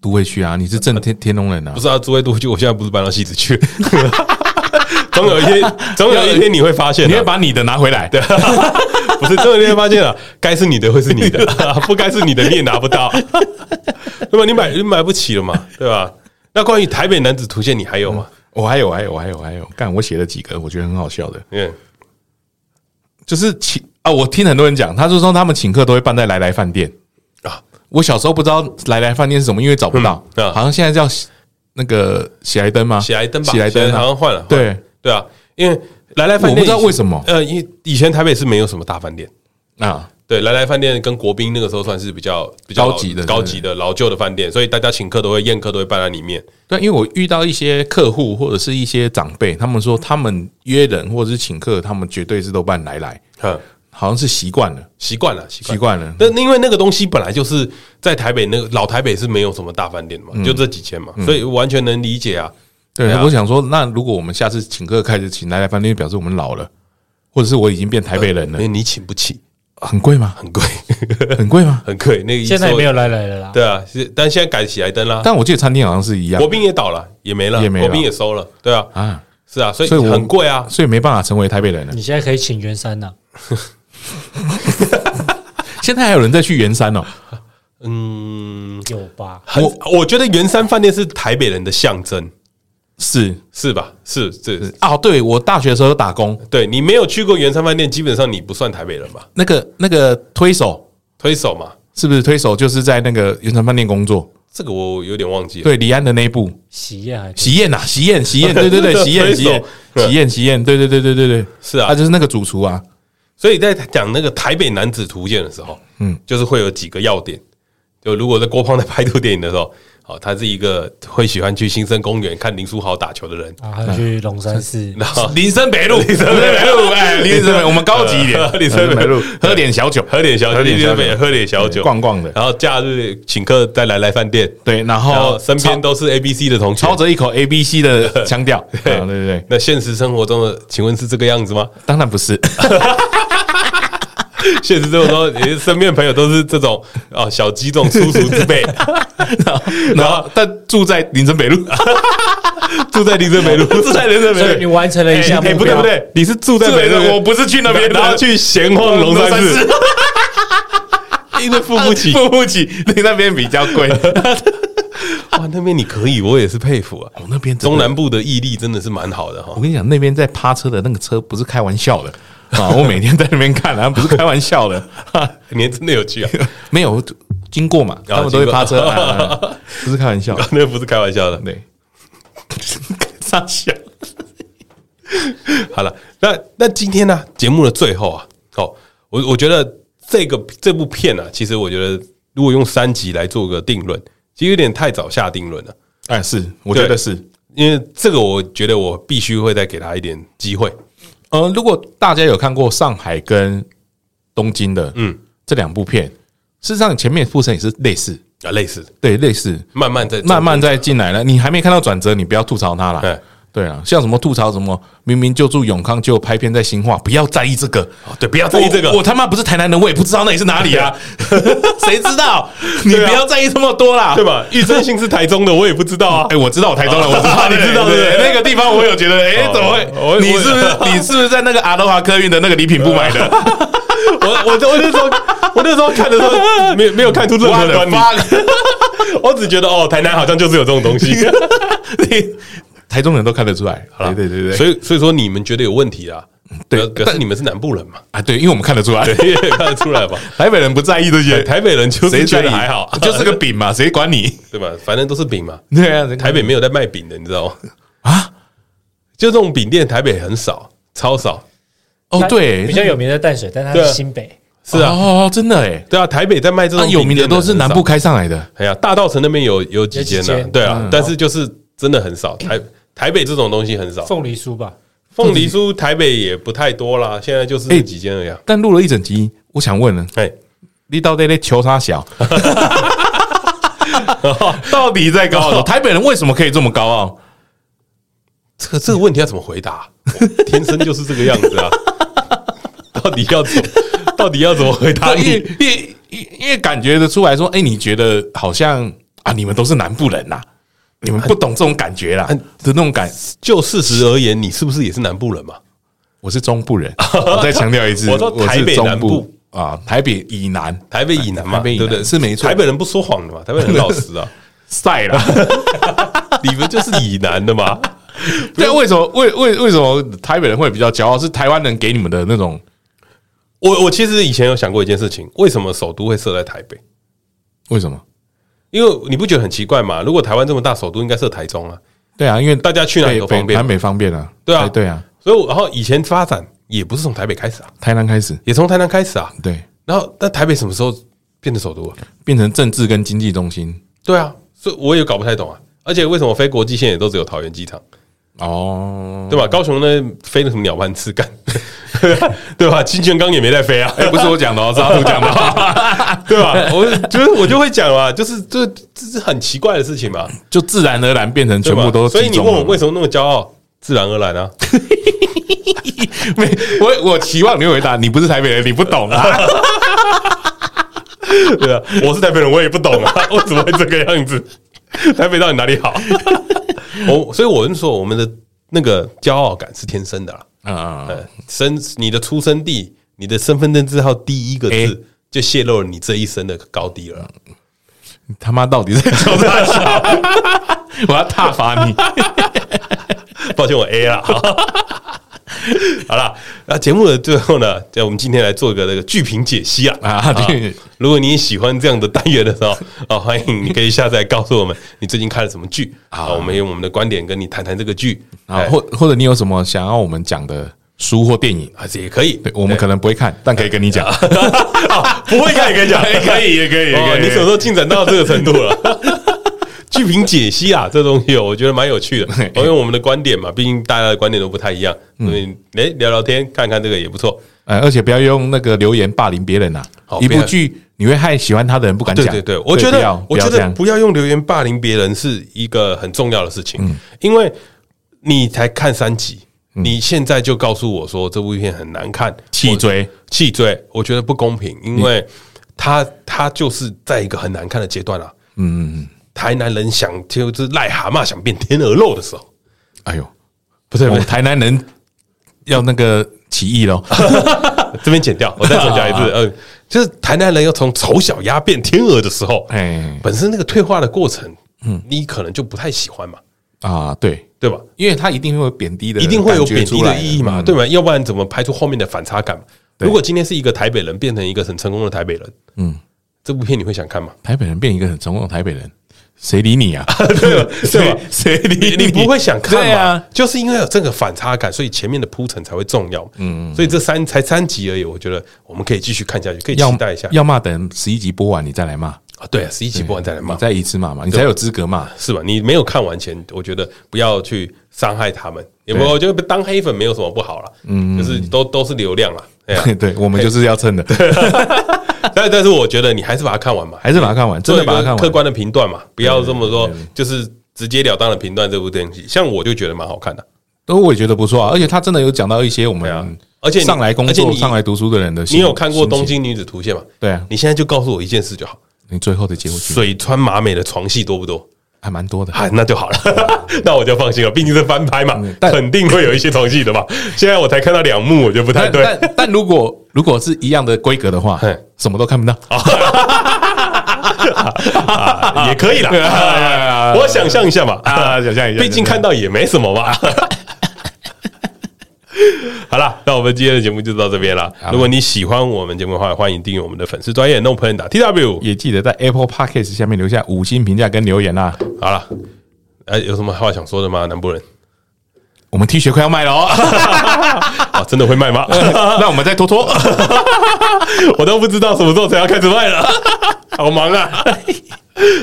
Speaker 2: 都会区啊，你是正天天龙人啊
Speaker 1: 不，是啊，诸位都会区，我现在不是搬到西子去， 总有一 天，总有一天你会发现
Speaker 2: 你
Speaker 1: 的、
Speaker 2: 要把你的拿回来。对，
Speaker 1: 不是，总有一天发现了，该是你的会是你的， 不该是你的你也拿不到， 对吧？你买你买不起了嘛，对吧？那关于台北男子图鉴，你还有吗？
Speaker 2: 我还有，我还有，我还有，我还有，干，我写了几个，我觉得很好笑的，
Speaker 1: 嗯，
Speaker 2: 就是请啊，我听很多人讲，他就说他们请客都会办在来来饭店啊
Speaker 1: 啊。
Speaker 2: 我小时候不知道来来饭店是什么，因为找不到，
Speaker 1: 嗯啊
Speaker 2: 好像现在叫喜那个喜来登吗？
Speaker 1: 喜来登吧，
Speaker 2: 喜来登啊
Speaker 1: 好像换了，
Speaker 2: 对
Speaker 1: 对啊，因为来来饭店
Speaker 2: 我不知道
Speaker 1: 以前
Speaker 2: 为什么
Speaker 1: 呃，因为以前台北是没有什么大饭店，
Speaker 2: 啊，
Speaker 1: 对，来来饭店跟国宾那个时候算是比较比较
Speaker 2: 高级的
Speaker 1: 高级的老旧的饭店，所以大家请客都会宴客都会办在里面。
Speaker 2: 对，因为我遇到一些客户或者是一些长辈，他们说他们约人或者是请客，他们绝对是都办来来，
Speaker 1: 哼，
Speaker 2: 好像是习惯了，
Speaker 1: 习惯了，习
Speaker 2: 嗯习。惯了。
Speaker 1: 但因为那个东西本来就是在台北那个老台北是没有什么大饭店的
Speaker 2: 嗯
Speaker 1: 嘛，就这几间嘛，所以完全能理解啊。
Speaker 2: 对
Speaker 1: 对，啊
Speaker 2: 我想说，那如果我们下次请客开始请来来饭店，表示我们老了，或者是我已经变台北人
Speaker 1: 因
Speaker 2: 了，
Speaker 1: 为哎你请不起，
Speaker 2: 很贵吗？
Speaker 1: 很贵，
Speaker 2: 很贵吗？
Speaker 1: 很贵。那个
Speaker 3: 现在也没
Speaker 1: 有，
Speaker 3: 有来来了啦。
Speaker 1: 对啊，是但现在改喜来登啦，
Speaker 2: 但我记得餐厅好像是一样
Speaker 1: 国宾也倒了，也没了，
Speaker 2: 也没了
Speaker 1: 国宾也收了，对啊，
Speaker 2: 啊，
Speaker 1: 是啊，所以
Speaker 2: 所以我
Speaker 1: 很贵啊。
Speaker 2: 所以没办法成为台北人了。
Speaker 3: 你现在可以请袁山啊呐，
Speaker 2: 现在还有人在去圆山哦，
Speaker 1: 嗯，
Speaker 3: 有吧？
Speaker 1: 很，我觉得圆山饭店是台北人的象征，
Speaker 2: 是
Speaker 1: 是吧？是是，
Speaker 2: 哦，对我大学的时候有打工，
Speaker 1: 对你没有去过圆山饭店，基本上你不算台北人吧？
Speaker 2: 那个那个推手
Speaker 1: 推手嘛，
Speaker 2: 是不是推手就是在那个圆山饭店工作？
Speaker 1: 这个我有点忘记了。
Speaker 2: 对，李安的那一部。
Speaker 3: 喜宴还
Speaker 2: 喜宴呐，喜宴，喜宴，对 对对，喜宴，喜宴，
Speaker 1: 对
Speaker 2: 喜宴，喜宴，对对对对对对，
Speaker 1: 是啊
Speaker 2: 他就是那个主厨啊，
Speaker 1: 所以在讲那个台北男子图鉴的时候，嗯，就是会有几个要点。就如果在郭胖在拍这部电影的时候，好，他是一个会喜欢去新生公园看林书豪打球的人，
Speaker 3: 啊，还有去龙山寺，
Speaker 1: 然后
Speaker 2: 林森北路，林森北路，哎，林森北，我们高级一点，
Speaker 1: 林森北路
Speaker 2: 喝点小酒，
Speaker 1: 喝点小酒，
Speaker 2: 喝点小酒
Speaker 1: 喝点小酒，
Speaker 2: 逛逛的，
Speaker 1: 然后假日请客再来来饭店，
Speaker 2: 对，然
Speaker 1: 然后
Speaker 2: 后
Speaker 1: 身边都是 A B C 的同学
Speaker 2: 操，操着一口 A B C 的 腔调，啊对对对，
Speaker 1: 那现实生活中的，请问是这个样子吗？
Speaker 2: 当然不是，
Speaker 1: 现实生活中，你身边朋友都是这种啊小鸡这种粗俗之辈，
Speaker 2: 然后但住在林森北 路，
Speaker 1: 住在林森北路，
Speaker 2: 住在林森
Speaker 3: 所以
Speaker 2: 北
Speaker 3: 你
Speaker 2: 路，
Speaker 3: 完成了一
Speaker 1: 哎
Speaker 3: 项
Speaker 1: 哎
Speaker 3: 目
Speaker 1: 不对
Speaker 3: 标
Speaker 1: 不。对，你是住在北路，
Speaker 2: 我不是去 那边的，
Speaker 1: 然后去闲晃龙山 寺，，因为付不起。
Speaker 2: 付不起，哦你那边比较 贵，
Speaker 1: 哇，那边你可以，我也是佩服啊。
Speaker 2: 我那边真的
Speaker 1: 中南部的毅力真的是蛮好的哈
Speaker 2: 我。跟你讲，那边在趴车的那个车不是开玩笑的 啊！我每天在那边看，然后啊不是开玩笑 的，啊
Speaker 1: 你还真的有 去啊？
Speaker 2: 没有经过嘛，他们都会趴车，啊 啊啊不是开玩笑。
Speaker 1: 哦那个不是开玩笑的。
Speaker 2: 对，傻笑。
Speaker 1: 好了，那那今天呢、节目的最后啊，哦，我我觉得这个这部片啊，其实我觉得如果用三集来做个定论，其实有点太早下定论了。
Speaker 2: 哎，是，我觉
Speaker 1: 对
Speaker 2: 得是。
Speaker 1: 因为这个，我觉得我必须会再给他一点机会。
Speaker 2: 呃，如果大家有看过上海跟东京的，嗯，这两部片，事实上前面铺陈也是类似，
Speaker 1: 啊，类似，
Speaker 2: 对，类似，
Speaker 1: 慢慢再
Speaker 2: 慢慢再进来了。你还没看到转折，你不要吐槽他
Speaker 1: 哎
Speaker 2: 啦。对啊，像什么吐槽什么，明明就住永康，就拍片在新化，不要在意这个。
Speaker 1: 哦对，不要在意这个
Speaker 2: 我，我他妈不是台南人，我也不知道那里是哪 里啊，谁知道？你不要在意这么多啦，
Speaker 1: 啊对？吧？玉真兴是台中的，我也不知道啊
Speaker 2: 哎，。我知道我台中人，我 知道，
Speaker 1: 你知道对不对
Speaker 2: 那个地方我有觉得，哎，
Speaker 1: 哦
Speaker 2: 怎么
Speaker 1: 我
Speaker 2: 会？你是不是
Speaker 1: 我
Speaker 2: 你是不是在那个阿罗华客运的那个礼品部买的？
Speaker 1: 我我我那时候我那时候看的时候，没有没有看出任
Speaker 2: 我
Speaker 1: 何
Speaker 2: 的
Speaker 1: 端倪，
Speaker 2: 妈！
Speaker 1: 我只觉得哦，台南好像就是有这种东西。
Speaker 2: 你台中人都看得出来，对对对对，
Speaker 1: 所以所以说你们觉得有问题啦，
Speaker 2: 对
Speaker 1: 表表示你们是南部人嘛，
Speaker 2: 啊，对，因为我们看得出来，
Speaker 1: 也看得出来 吧？
Speaker 2: 台北人不在意这些，
Speaker 1: 台北人就是
Speaker 2: 谁
Speaker 1: 觉
Speaker 2: 在意
Speaker 1: 得还好，
Speaker 2: 就是个饼 嘛，谁管你？
Speaker 1: 对吧？反正都是饼嘛。
Speaker 2: 对啊，
Speaker 1: 台北没有在卖饼的，你知道吗？
Speaker 2: 啊，
Speaker 1: 就这种饼店，台北很少，超少。
Speaker 2: 哦，对，
Speaker 3: 比较有名的淡水，但它
Speaker 1: 对啊
Speaker 3: 是新北，
Speaker 1: 是啊，
Speaker 2: 哦，真的哎，
Speaker 1: 对啊，台北在卖这
Speaker 2: 那
Speaker 1: 种
Speaker 2: 有名的都是南部
Speaker 1: 开。
Speaker 2: 开上来的，
Speaker 1: 哎呀，大道城那边有有几间
Speaker 3: 有几
Speaker 1: 呢、
Speaker 3: 间嗯
Speaker 1: 对啊，但是就是真的很少。台台北这种东西很少，
Speaker 3: 凤梨酥吧，
Speaker 1: 凤梨酥台北也不太多啦，现在就是
Speaker 2: 哎
Speaker 1: 几间而已、啊。
Speaker 2: 但录了一整集，我想问了，
Speaker 1: 哎，
Speaker 2: 你到底在求他 小？到底在高傲？台北人为什么可以这么高 傲？
Speaker 1: 这个这个问题要怎么回答？我天生就是这个样子啊！ 到底要怎么到底要怎么回答
Speaker 2: 因
Speaker 1: 你？
Speaker 2: 为因为因为因为感觉得出来说，哎，你觉得好像啊，你们都是南部人呐、你们不懂这种感觉啦，的那种感。
Speaker 1: 就事实而言，你是不是也是南部人嘛？
Speaker 2: 我是中部人， 我再强调一次，
Speaker 1: 我说台北
Speaker 2: 是中
Speaker 1: 南部
Speaker 2: 啊，台北以南
Speaker 1: 台北以南嘛，
Speaker 2: 哎台北以
Speaker 1: 对
Speaker 2: 南
Speaker 1: 不对？
Speaker 2: 是没错
Speaker 1: 台北人不说谎的嘛，台北人很老实啊。
Speaker 2: 晒啦。
Speaker 1: 你们就是以南的嘛？
Speaker 2: 对，为什么为为为什么台北人会比较骄傲？是台湾人给你们的那种
Speaker 1: 我我其实以前有想过一件事情，为什么首都会设在台北？
Speaker 2: 为什么？
Speaker 1: 因为你不觉得很奇怪吗？如果台湾这么大，首都应该设台中啊。
Speaker 2: 对啊，因为
Speaker 1: 大家去哪里
Speaker 2: 北
Speaker 1: 都
Speaker 2: 北
Speaker 1: 方便
Speaker 2: 南北方便啊。
Speaker 1: 对啊
Speaker 2: 哎对啊，
Speaker 1: 所以我，然后以前发展也不是从台北开始啊，
Speaker 2: 台南开始，
Speaker 1: 也从台南开始啊。
Speaker 2: 对，
Speaker 1: 然后，但台北什么时候变成首都了？啊
Speaker 2: 变成政治跟经济中心。
Speaker 1: 对啊，所以我也搞不太懂啊。而且为什么飞国际线也都只有桃园机场，
Speaker 2: 哦，
Speaker 1: 对吧？高雄呢飞的什么鸟班次干， 对吧？清泉岗也没在飞啊，
Speaker 2: 哎，不是我 讲的哦，是阿杜讲的哦，
Speaker 1: 对吧？我就是我就会讲啊，就是这这是很奇怪的事情嘛，
Speaker 2: 就自然而然变成
Speaker 1: 对
Speaker 2: 全
Speaker 1: 吧
Speaker 2: 部都。
Speaker 1: 所以你问我为什
Speaker 2: 什
Speaker 1: 么那么骄傲，自然而然啊。
Speaker 2: 么？我我期望你会回答，你不是台北人，你不懂啊。
Speaker 1: 对啊，我是台北人，我也不懂 啊，我怎么会这个样子？台北到底哪里好？ 我所以我是说，我们的那个骄傲感是天生的啦。
Speaker 2: 啊啊，啊
Speaker 1: 呃，生你的出生地，你的身份证字号第一个字、
Speaker 2: 欸
Speaker 1: 就泄露了你这一生的高低了。
Speaker 2: 你他妈到底在教他笑？ 我要挞伐你！啊
Speaker 1: 抱歉，我 A 了。 好啦，那节目的最后呢，就我们今天来做个这个剧评解析啊。
Speaker 2: 啊对
Speaker 1: 如果你喜欢这样的单元的时候，啊，欢迎你可以下载告诉我们你最近看了什么剧啊，我们用我们的观点跟你谈谈这个剧
Speaker 2: 啊，
Speaker 1: 哎
Speaker 2: 或或者你有什么想要我们讲的书或电影？
Speaker 1: 啊，这也可以。
Speaker 2: 对我们可能不会看，但可以跟你讲。
Speaker 1: 哎 啊，不会看也可以讲，
Speaker 2: 可以， 也可以，也
Speaker 1: 哦，
Speaker 2: 可以。
Speaker 1: 你什么时候进展到这个程度 了？剧评解析啊，这东西我觉得蛮有 趣的，哦因为我们的观点嘛，毕竟大家的观点都不太一样，
Speaker 2: 嗯
Speaker 1: 所以哎聊聊天看看这个也不错。
Speaker 2: 呃，而且不要用那个留言霸凌别人呐、
Speaker 1: 好
Speaker 2: 一
Speaker 1: 不
Speaker 2: 部
Speaker 1: 要
Speaker 2: 剧你会害喜欢他的人不敢
Speaker 1: 对
Speaker 2: 讲。
Speaker 1: 对对，我觉
Speaker 2: 不
Speaker 1: 得
Speaker 2: 要
Speaker 1: 我觉
Speaker 2: 不要这
Speaker 1: 得
Speaker 2: 样
Speaker 1: 不要用留言霸凌别人是一个很重要的事
Speaker 2: 嗯
Speaker 1: 情，因为你才看三集，你现在就告诉我说这部片很难看，
Speaker 2: 气追
Speaker 1: 气追，我觉得不公平，因为他他就是在一个很难看的阶段啊。嗯，台南人想就是癞蛤蟆想变天鹅肉的时候，
Speaker 2: 哎呦，
Speaker 1: 不是
Speaker 2: 我们台南人要那个起 义喽。
Speaker 1: 这边剪掉，我再重讲一次， 嗯，就是台南人要从丑小鸭变天鹅的时候，
Speaker 2: 哎
Speaker 1: 本身那个退化的过程，嗯，你可能就不太喜欢嘛，
Speaker 2: 啊，对，
Speaker 1: 对吧？
Speaker 2: 因为他一定会有贬低的，
Speaker 1: 一定会有贬低的意义嘛，
Speaker 2: 嗯
Speaker 1: 对吧？要不然怎么排除后面的反差感嘛？如果今天是一个台北人变成一个很成功的台北人，嗯，这部片你会想看 吗？
Speaker 2: 台北人变一个很成功的台北人，谁理你 啊？
Speaker 1: 对吧
Speaker 2: 谁 谁
Speaker 1: 你
Speaker 2: 理
Speaker 1: 你不会想看
Speaker 2: 对
Speaker 1: 嘛？
Speaker 2: 啊，
Speaker 1: 就是因为有这个反差感，所以前面的铺陈才会重要。嗯，所以这三才三集而已，我觉得我们可以继续看下去，可以
Speaker 2: 要
Speaker 1: 期待一下。
Speaker 2: 要骂等十一集播完你再来骂，
Speaker 1: 啊，对啊，十一集播完再来
Speaker 2: 你
Speaker 1: 骂，
Speaker 2: 再一次骂嘛，你才有资格骂。
Speaker 1: 是吧？嗯你没有看完前，我觉得不要去伤害他们，也不，
Speaker 2: 对
Speaker 1: 我觉得当黑粉没有什么不好啦，嗯，就是都都是流 量啦。哎呀
Speaker 2: 对，我们就是要蹭的，
Speaker 1: 但但是我觉得你还是把它看完嘛，
Speaker 2: 还是把它看完，真
Speaker 1: 做
Speaker 2: 的
Speaker 1: 一
Speaker 2: 把它看
Speaker 1: 个
Speaker 2: 完。
Speaker 1: 客观的评断嘛，不要这么说，就是直截了当的评断这部电影。像我就觉得蛮好看的，
Speaker 2: 都我也觉得不错啊，而且他真的有讲到一些我
Speaker 1: 对啊
Speaker 2: 们，
Speaker 1: 而且你
Speaker 2: 上来工
Speaker 1: 而且
Speaker 2: 作、
Speaker 1: 你
Speaker 2: 上来读书的人的心，
Speaker 1: 你有看过《
Speaker 2: 心情
Speaker 1: 东？京女子图鉴》吗？
Speaker 2: 对啊，
Speaker 1: 你现在就告诉我一件事就好：
Speaker 2: 你最后的结果剧
Speaker 1: 水川麻美的床戏多不多？
Speaker 2: 还蛮多的。
Speaker 1: 啊，那就好了， 那我就放心了，毕竟是翻拍嘛，
Speaker 2: 嗯但
Speaker 1: 肯定会有一些床戏的嘛。现在我才看到两幕，我觉得不太
Speaker 2: 但
Speaker 1: 对。
Speaker 2: 但但如果如果是一样的规格的话
Speaker 1: 嘿，
Speaker 2: 什么都看不到。
Speaker 1: 啊也可以
Speaker 2: 对 啊对啊对
Speaker 1: 啦
Speaker 2: 啊。
Speaker 1: 我想象一下嘛，
Speaker 2: 啊想象一下
Speaker 1: 毕竟看到也没什么嘛。 好了，那我们今天的节目就到这边了。如果你喜欢我们节目的话，欢迎订阅我们的粉丝专业弄朋友打 T W。
Speaker 2: 也记得在 Apple Podcast 下面留下五星评价跟留言啊啦。
Speaker 1: 好了，哎，有什么话想说的吗？南部人
Speaker 2: 我们 T 恤快要卖了哦，
Speaker 1: 啊，真的会卖吗？
Speaker 2: 那我们再拖拖。
Speaker 1: 我都不 知道什么时候才要开始卖了，好忙啊！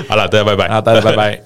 Speaker 1: 好了，大家拜拜
Speaker 2: 啊，大家拜拜。